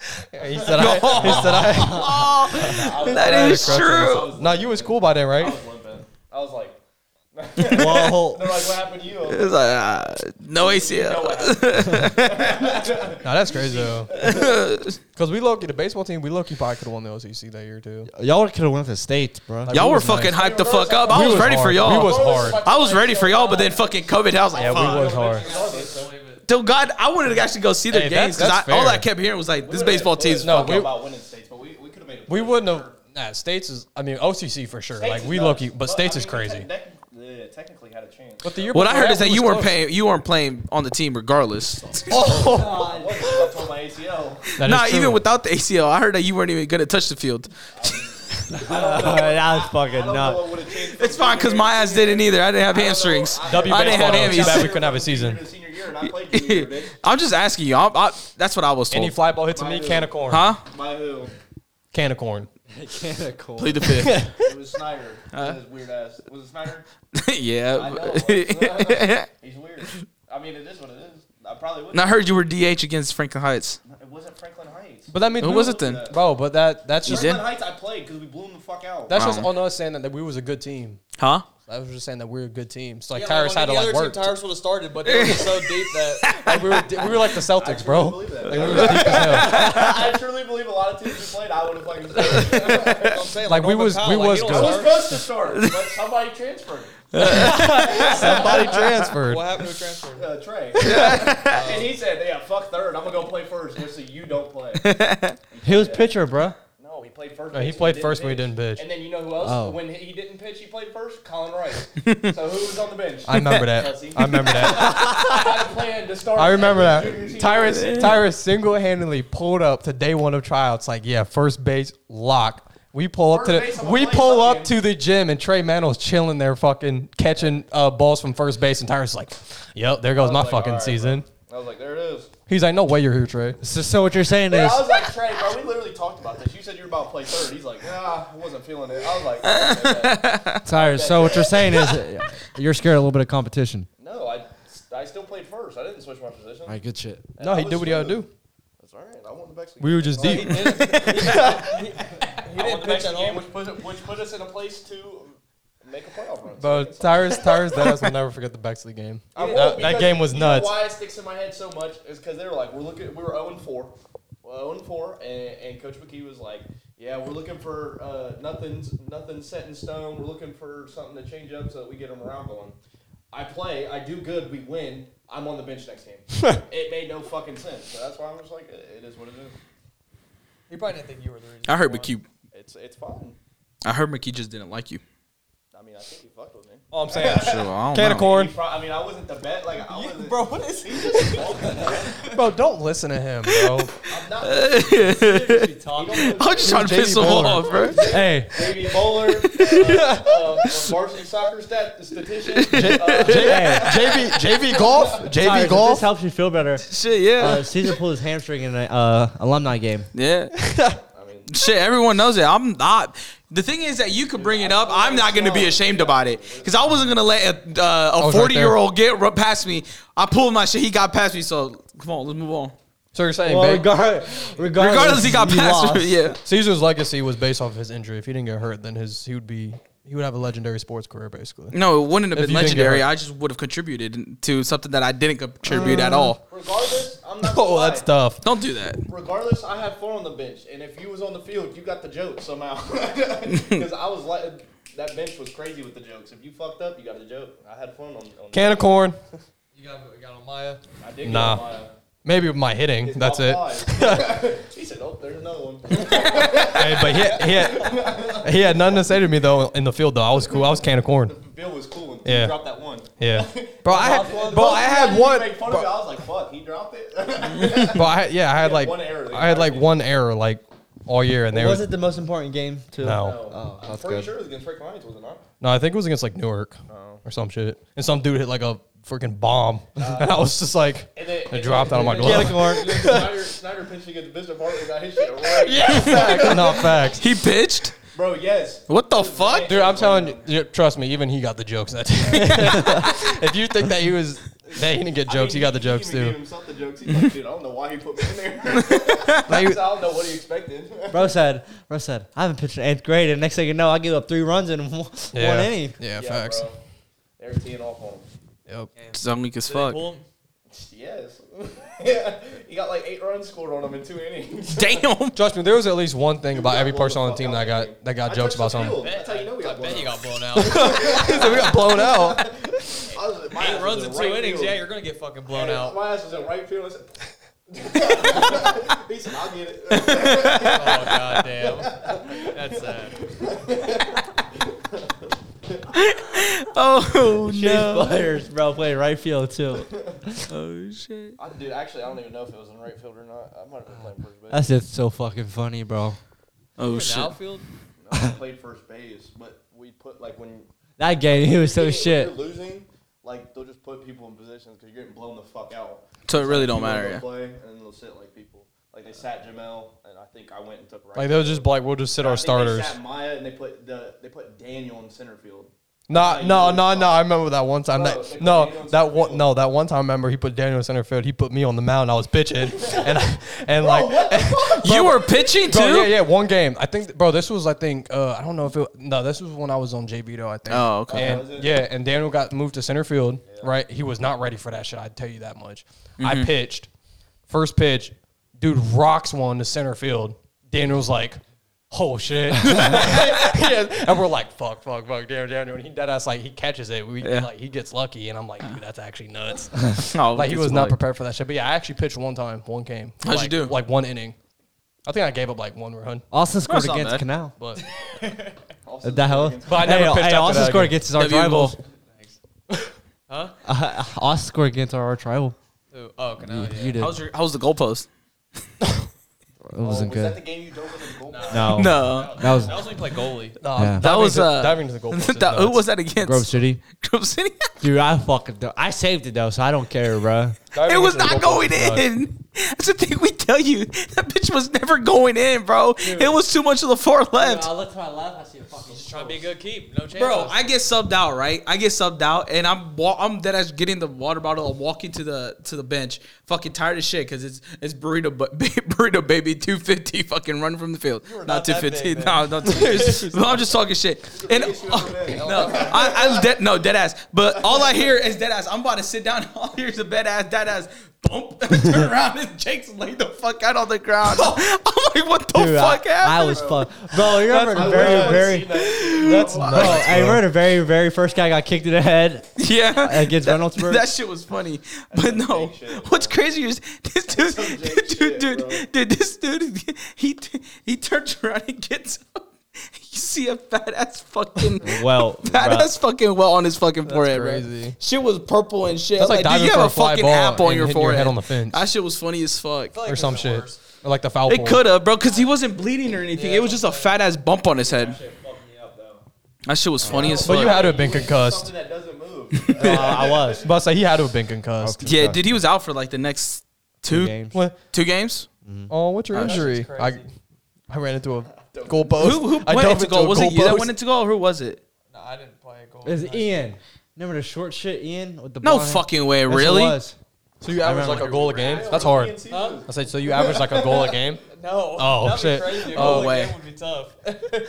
E: said I. He said I.
A: Oh, that is true.
E: No, you was cool by then,
B: I
E: right?
B: was limping. I was like,
D: Well,
B: They're like, what happened to you?
A: It's like, ah, no ACL.
B: No, what happened?
E: Now that's crazy though. Because we low key, the baseball team, we low key probably could have won the OCC that year too.
D: y'all could have went to state, bro.
E: Like,
A: y'all
E: we
A: were
E: was
A: fucking
E: nice.
A: hyped the fuck up. I
E: We
A: was
E: was
A: ready for
E: hard.
A: y'all.
E: We was hard.
A: I was ready for y'all, but then fucking COVID. I was like,
E: Yeah,
A: fuck.
E: we was hard.
A: Till God, I wanted to actually go see their
E: Hey, that's-
A: games because
E: that's
A: all
E: fair.
A: I kept hearing was like, this baseball team's
E: No,
A: no,
E: we-
B: Talking about winning states, but we, we could have made it.
E: We wouldn't have. Nah, states is. I mean, OCC for sure. like we low
B: look
E: key, but states is crazy.
B: technically had a chance.
E: But the year
A: What I
E: before
A: heard is that
E: we
A: you
E: was
A: weren't
E: close.
A: paying, you weren't playing on the team regardless.
B: Well, I told my ACL.
E: That is
A: Nah,
E: true.
A: even without the ACL, I heard that you weren't even gonna touch the field.
D: that was fucking
B: I don't know
D: nuts.
B: what would have changed.
A: It's fine because my ass didn't either. I didn't have hamstrings. I
E: W
A: didn't
E: baseball,
A: have
E: though, too bad we
A: hammies.
E: couldn't have a season.
B: Senior year, and I played junior year, bitch.
A: I'm just asking you. I, I, that's what I was
E: Any
A: told.
E: fly ball hits a knee, can of corn.
A: Huh?
B: By who?
E: Can of corn.
A: Plead the fifth.
B: It was Snyder. His weird ass. Was it Snyder? I know. it
A: yeah.
B: was. He's weird. I mean, it is what it is. I probably would.
A: And I heard you were DH against Franklin Heights.
B: It wasn't Franklin Heights.
E: But that means
A: Who
E: we
A: was
E: was-
A: it then?
E: bro. But that that's just
A: did?
B: Franklin Heights, I played because we blew him the fuck out.
E: that's
A: Wow.
E: just on us saying that, that we was a good team.
A: Huh?
E: I was just saying that we're a good team. So like
C: Yeah,
E: Tyrus
C: on
E: had to
C: any
E: like
C: other
E: work.
C: Team, Tyrus would have started, but they were so deep that like, we were di-
E: we were like the Celtics,
B: I
E: bro.
B: believe that. I truly believe a lot of teams we played, I would have fucking started.
C: I'm saying,
E: Like, we
C: Norman
E: was-
C: Powell,
E: we
C: like, he
E: was
C: don't
E: good.
B: I was
C: start.
B: supposed to start, but somebody transferred
E: Somebody transferred.
C: What happened to transfer?
B: uh, Trey. and he said, yeah, fuck third. I'm going to go play first just so you don't play.
D: He was pitcher, bro.
B: No, he played first.
E: No, he
B: base when
E: played
B: didn't
E: first when he didn't pitch.
B: And then you know who else?
D: Oh.
B: When he didn't pitch, he played first? Colin Rice. so who was on the bench?
E: I remember that.
B: Pussy.
E: I remember that.
B: I had a plan to start.
E: I remember
B: every junior
E: that.
B: season.
E: Tyrus Tyrus single handedly pulled up to day one of tryouts. Like, yeah, first base lock. We pull up to
B: First base,
E: the
B: I'ma
E: we
B: play
E: pull up
B: something.
E: to the gym and Trey Mantle's chilling there, fucking catching uh, balls from first base. And Tyrus is like, "Yep, there goes my
B: like,
E: fucking
B: "All right,
E: season."
B: I was like, there it is.
E: He's like, "No way, you're here, Trey."
D: So, so what you're saying
B: Yeah,
D: is,
B: I was like, Trey, bro, we literally talked about this. You said you were about to play third. He's like, nah, I wasn't feeling it. I was like, okay, okay.
D: Tyrus. So what you're saying is, uh, you're scared of a little bit of competition.
B: no, I, I still played first. I didn't switch my position.
D: All right, good shit.
E: No, he did what he had to do.
B: That's all right. I won the Mexican.
E: We were just
B: That's
E: deep.
B: all right.
C: He
B: I won
C: didn't
B: the
C: pitch at
B: Mexican game,
C: all.
B: which put, which put us in a place to make a playoff run.
E: Bro, Tyrus, Tyrus, that will never forget the Bexley game.
B: I won't
E: That, that
B: because
E: game was
B: you know
E: nuts.
B: why it sticks in my head so much is because they were like, we're looking, we were 0 and 4. 0 and 4, and, and Coach McKee was like, yeah, we're looking for uh, nothing's nothing's set in stone. We're looking for something to change up so that we get them around going. I play, I do good, we win. I'm on the bench next game. it made no fucking sense. So that's why I'm just like, it it is what it is.
C: He probably didn't think you were the reason.
A: I heard
C: he won.
A: McKee.
B: It's it's fine.
A: I heard McKee just didn't like you.
B: I mean, I think he fucked with me.
C: All I'm saying,
A: So I don't
E: Can of
A: know.
E: corn.
B: He pro- I mean, I wasn't the best. Like, I wasn't.
C: bro, what is he
E: Bro, Oh, don't listen to him, bro.
B: I'm not.
C: talking?
A: I'm just trying to piss them off, bro.
E: hey,
B: Baby Bowler, uh, uh, varsity soccer stat, statistician. Uh,
E: J- hey, JV, JV golf, JV
D: Tyrus, if this
E: golf.
D: helps you feel better.
A: Shit, yeah,
D: Uh, Caesar pulled his hamstring in an uh, alumni game.
A: yeah.
B: I mean,
A: Shit, everyone knows it. I'm not. The thing is that you could bring it up. I'm not going to be ashamed about it because I wasn't going to let a, uh, a
E: was right
A: 40 year old get ru- past me. I pulled my shit. He got past me. So come on, let's move on.
E: So you're
D: Oh
E: saying ba-
D: regardless, regardless,
A: Regardless, he got
D: you
A: past
D: lost.
A: me. Yeah.
E: Caesar's legacy was based off of his injury. If he didn't get hurt, then his he would be he would have a legendary sports career basically.
A: No, it wouldn't have
E: If
A: been
E: you didn't get
A: legendary.
E: hurt.
A: I just would have contributed to something that I didn't contribute
E: Uh.
A: at all.
B: regardless, I'm not. gonna
E: Oh,
B: lie.
E: that's tough.
A: Don't do that.
B: Regardless, I had four on the bench, and if you was on the field, you got the joke somehow. Because I was like, that bench was crazy with the jokes. If you fucked up, you got the joke. I had fun on. on
E: Can of corn,
C: You got, you got on Maya.
B: I did
E: Nah.
B: nah. My, uh,
E: maybe with my hitting.
B: his
E: That's it.
B: top five. he said, "Oh, there's another one."
E: Hey, but he he had, he had nothing to say to me though in the field though. I was cool. I was can of corn.
B: Bill was cool and
E: Yeah.
B: he dropped that one.
E: Yeah, bro. I
B: Well,
E: had, bro. I had
B: you
E: one.
B: Make fun of it. I was like, "Fuck," he dropped it.
E: But I, yeah, I had like
B: one error.
E: I had like one error like all year, and they
D: Was
E: was
D: it the most important game? Too?
E: no,
D: Oh,
B: I'm
D: that's
B: pretty
D: good.
B: sure it was against Frank Lyons, was it not?
E: no. I think it was against like Newark
B: Oh.
E: or some shit, and some dude hit like a freaking bomb, and I was just like,
B: And then,
E: I dropped out of my
D: Get a
E: glove.
D: corn.
B: Snyder, Snyder pitched against Bishop Hartley, got his shit right.
E: no facts,
A: He pitched?
B: Bro, yes.
A: What the fuck?
E: dude. I'm telling you, dude, trust me. Even he got the jokes that. if you think that he was, that he didn't get jokes, he got the jokes
B: He even gave
E: too.
B: himself the jokes. He's like, dude, I don't know why he put me in there. I
E: Like,
B: don't know what he expected.
D: Bro said, bro said, I haven't pitched in eighth grade, and next thing you know, I give up three runs in one,
E: yeah,
D: one inning.
E: yeah,
B: Yeah,
E: facts.
B: bro. They're teeing off on him.
E: Yep.
A: Sound weak as
C: Did they
A: fuck.
C: pull him?
B: Yes. yeah. He got like eight runs scored on him in two innings.
A: Damn.
E: Trust me, there was at least one thing about
B: got
E: every
B: blown the
E: person on the
B: fuck
E: team
B: out
E: that
B: that game.
E: got that got
B: I
E: jokes
B: touched the
E: about something.
B: field. That's how you know we
C: I
B: got blown
C: bet you
B: out.
C: got blown out.
E: so we got blown out.
B: I was- my
C: Eight
B: ass
C: runs
B: was
C: in two
B: right
C: innings.
B: field.
C: Yeah, you're gonna get fucking blown
B: Yeah,
C: out. Oh,
B: My ass was in right field. I said, he said, I'll get it.
C: Oh god damn. That's sad.
A: Oh no.
D: players, bro, play right field too.
A: Oh shit.
B: I, dude, actually, I don't even know if it was in right field or not. I might have been playing first base.
D: That's just so fucking funny, bro.
A: Oh
C: In the
A: shit.
C: outfield.
B: No, I played first base, but we put like when
D: That game, he was so
B: when
D: shit.
B: You're losing, like they'll just put people in positions because you're getting blown the fuck out.
A: So it really don't
B: People
A: matter.
B: will
A: Yeah.
B: Play and then they'll sit like people. Like they sat Jamel, and I think I went and took right.
E: Like they was just be like, we'll just sit our starters.
B: They sat Maya, and they put the they put Daniel in center field.
E: Nah,
B: Like,
E: no,
B: you-
E: no, no. I remember that one time.
B: Bro, they
E: That
B: put
E: no,
B: Daniel in
E: that
B: center
E: one,
B: field.
E: no, that one time. I remember he put Daniel in center field. He put me on the mound. I was pitching, and I, and like,
A: You were pitching too.
E: bro, yeah, yeah, one game. I think, bro, this was I think uh, I don't know if it. No, this was when I was on JV though. I think.
A: Oh, okay.
E: And,
B: Was it?
E: yeah, and Daniel got moved to center field. Right, he was not ready for that shit. I tell you that much.
A: Mm-hmm.
E: I pitched, first pitch, dude rocks one to center field. Daniel's like. Oh shit! Yeah, and we're like, fuck, fuck, fuck, Daniel, Daniel, and he dead ass like he catches it. We
A: Yeah.
E: like he gets lucky, and I'm like, dude, that's actually nuts.
A: Oh,
E: like he
A: it's
E: was not
A: like-
E: prepared for that shit. But yeah, I actually pitched one time, one game. for,
A: How'd you
E: like-
A: do?
E: Like one inning. I think I gave up like one run,
D: Austin
A: That's
D: scored
A: not
D: against
A: bad.
D: Canal.
E: but
B: Also,
D: That hell.
E: But I never
D: hey,
E: pitched
D: hey,
E: after
D: Austin
E: that
D: scored
E: again.
D: against his arch
A: W
D: rival.
A: goal.
C: Huh?
D: Uh, Austin scored against our arch rival.
C: Ooh, oh, Canelo. Yeah.
D: You did.
A: How was your? How was the goalpost?
D: it wasn't
B: Was that
D: good.
B: the game you dove into the goal?
D: no.
A: No.
D: That was
C: That was when you play goalie.
E: no,
D: Yeah.
E: diving
A: That was,
E: to-
A: uh,
E: diving to the goal.
A: That- who was that against?
D: Grove City.
A: Grove City?
D: Dude, I fucking do- I saved it though, so I don't care, bro.
A: it was not going in. That's the thing we tell you. That bitch was never going in, bro. It was too much of the far left.
D: look to my left, I see a fucking
C: Just trying to be a good keep. No chance.
A: Bro, I get subbed out, right? I get subbed out, and I'm wa- I'm dead ass getting the water bottle and walking to the to the bench, fucking tired as shit because it's it's burrito bu- burrito baby two fifty fucking running from the field, not,
C: not
A: two
C: that
A: fifty,
C: big,
A: no, not two fifty. no, I'm just talking shit, and no, I, I dead no dead ass, but all I hear is dead ass. I'm about to sit down, all I hear is a bed ass dead ass. Bump, turn around and Jake's laid the fuck out on the ground. I'm like, what the
D: Dude,
A: Oh, fuck
D: I, I
A: happened?
D: was fucked. Bro, you remember the
B: I
D: very,
B: would've
D: very.
B: seen that.
E: That's
D: Bro, I remember the very, very first guy got kicked in the head.
A: yeah,
D: against Reynoldsburg.
A: That shit was funny, but no.
B: big shit,
A: What's crazier is this dude,
B: some big
A: dude,
B: shit,
A: dude,
B: bro.
A: dude, this dude, he he turns around and gets up. You see a fat ass fucking
D: Well,
A: fat
D: bro.
A: ass fucking well on his fucking forehead, bro.
E: crazy.
A: Shit was purple and shit.
E: That's
A: I was dude,
E: like diving
A: you
E: for
A: have
E: a
A: a
E: fly
A: fucking
E: ball
A: app on
E: and
A: your
E: hitting
A: forehead.
E: your head on the fence.
A: That shit was funny as fuck.
E: or some shit, or like the foul
A: It
E: pole.
A: could have, bro, because he wasn't bleeding or anything. it was just a fat ass bump on his head. That shit was funny as
E: But you
A: fuck.
E: had to have been concussed.
B: Something that doesn't move.
D: Uh, I was.
E: But I say he had to have been concussed.
A: Yeah, dude, he was out for like the next two
D: Games.
E: What?
A: two games.
E: Oh, what's your injury? I, I ran into a goalpost.
A: Who, who
E: I
A: went
E: dove
A: into goal?
E: a
A: Was it you that
E: goalpost.
A: went into goal, or who was it?
C: No, I didn't play
D: It
C: goalie.
D: E- was Ian. Remember the short shit, Ian? With the
A: No
D: blonde hair?
A: fucking way,
D: Yes, it
A: really?
D: was.
E: So you average like a goal a game? That's hard. I said, so you average like a goal a game?
C: No.
E: Oh,
C: that'd
E: shit.
C: Be crazy.
A: Oh,
C: Goalie
A: wait.
C: game would be tough. Dude,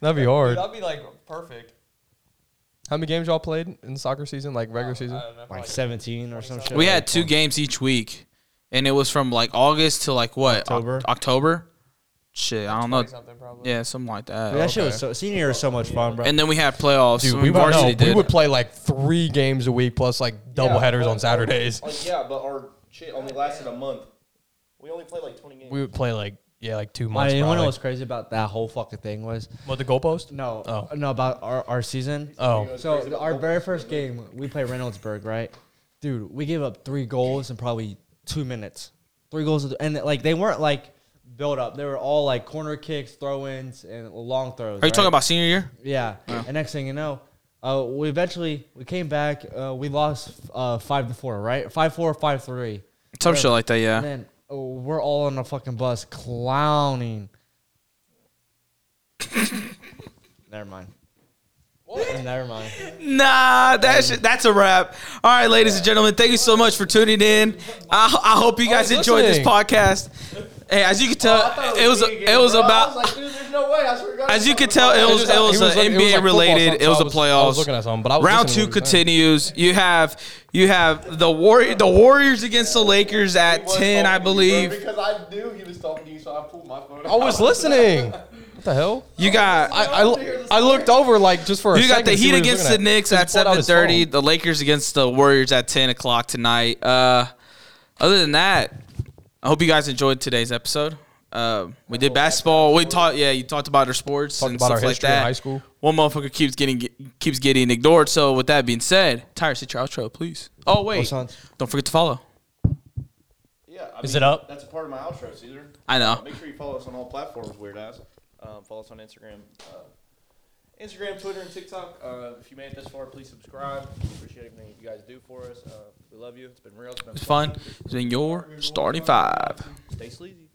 E: That'd be hard.
C: I'd be like perfect.
E: How many games y'all played in soccer season, like regular season?
C: I
A: Uh,
C: don't know.
D: Like
C: probably-
D: 17 or some shit.
A: We had two games each week, and it was from like August to like what Oc-
D: October.
A: October. Shit, I don't know.
C: 20 something probably.
A: Yeah, something like that.
D: Dude, Oh, that shit was so. Senior was so much fun, bro.
A: And then we had playoffs.
E: Dude,
A: when
E: we, would,
A: varsity
E: no, we
A: did.
E: would play like three games a week plus like double headers on Saturdays.
B: Like, yeah, but our shit only lasted a month. We only played like 20 games.
E: We would play like yeah, like two
D: I
E: months.
D: mean, you know
E: probably.
D: what's crazy about that whole fucking thing was
E: What the goalpost?
D: no,
E: Oh.
D: no about our, our season.
E: Oh,
D: So th- our very first game, we play Reynoldsburg, right? Dude, we gave up three goals in probably two minutes. Three goals, and like they weren't like build up. They were all like corner kicks, throw ins, and long throws.
A: Are you talking about senior year?
D: Yeah. And next thing you know, uh, we eventually we came back. Uh, we lost uh, five to four, right? Five four, five three.
A: Some shit like that.
D: And
A: Yeah.
D: then oh, we're all on a fucking bus clowning. Never mind. Never mind.
A: Nah, that shit, that's a wrap. All right, ladies and gentlemen, thank you so much for tuning in. I, I hope you guys enjoyed this
E: listening.
A: podcast. Hey, as you can tell, it was it was about
B: like, dude, there's no way. I swear to God.
A: as you can tell, it was it was,
E: He
A: an
E: looking- he
A: NBA
E: like football
A: related.
E: stuff,
A: It was
E: so
A: a
E: I I was looking
A: playoffs.
E: at something, but I was
A: Round
E: listening
A: two
E: to what he was saying.
A: continues. You have you have the warrior the Warriors against the Lakers at ten, I believe.
B: Oh, Because I knew he was talking to you, so I pulled my phone.
E: I was listening. What the hell?
A: You got
E: I, I, I looked over like just for a
A: you got
E: second
A: the
E: to see
A: Heat
E: what he was
A: against the
E: looking at.
A: Knicks at
E: Just pulled out
A: seven
E: his
A: thirty.
E: phone.
A: The Lakers against the Warriors at ten o'clock tonight. Uh, other than that, I hope you guys enjoyed today's episode. Uh, we did basketball. We talked. Yeah, you talked about our sports.
E: Talked
A: and
E: about
A: stuff
E: our
A: like
E: history in
A: that.
E: high school.
A: One motherfucker keeps getting keeps getting ignored. So with that being said, Tyrus, hit your outro, please. Oh wait,
D: Suns.
A: don't forget to follow.
B: Yeah, I
E: Is
B: mean,
E: it up?
B: That's a part of my outro, Caesar.
A: I know.
B: Uh, Make sure you follow us on all platforms, weird ass. Um, follow us on Instagram, uh, Instagram, Twitter, and TikTok. Uh, if you made it this far, please subscribe. We appreciate everything you guys do for us. Uh, we love you. It's been real. It's been
A: It's fun. It's been your starting five.
B: Stay sleazy.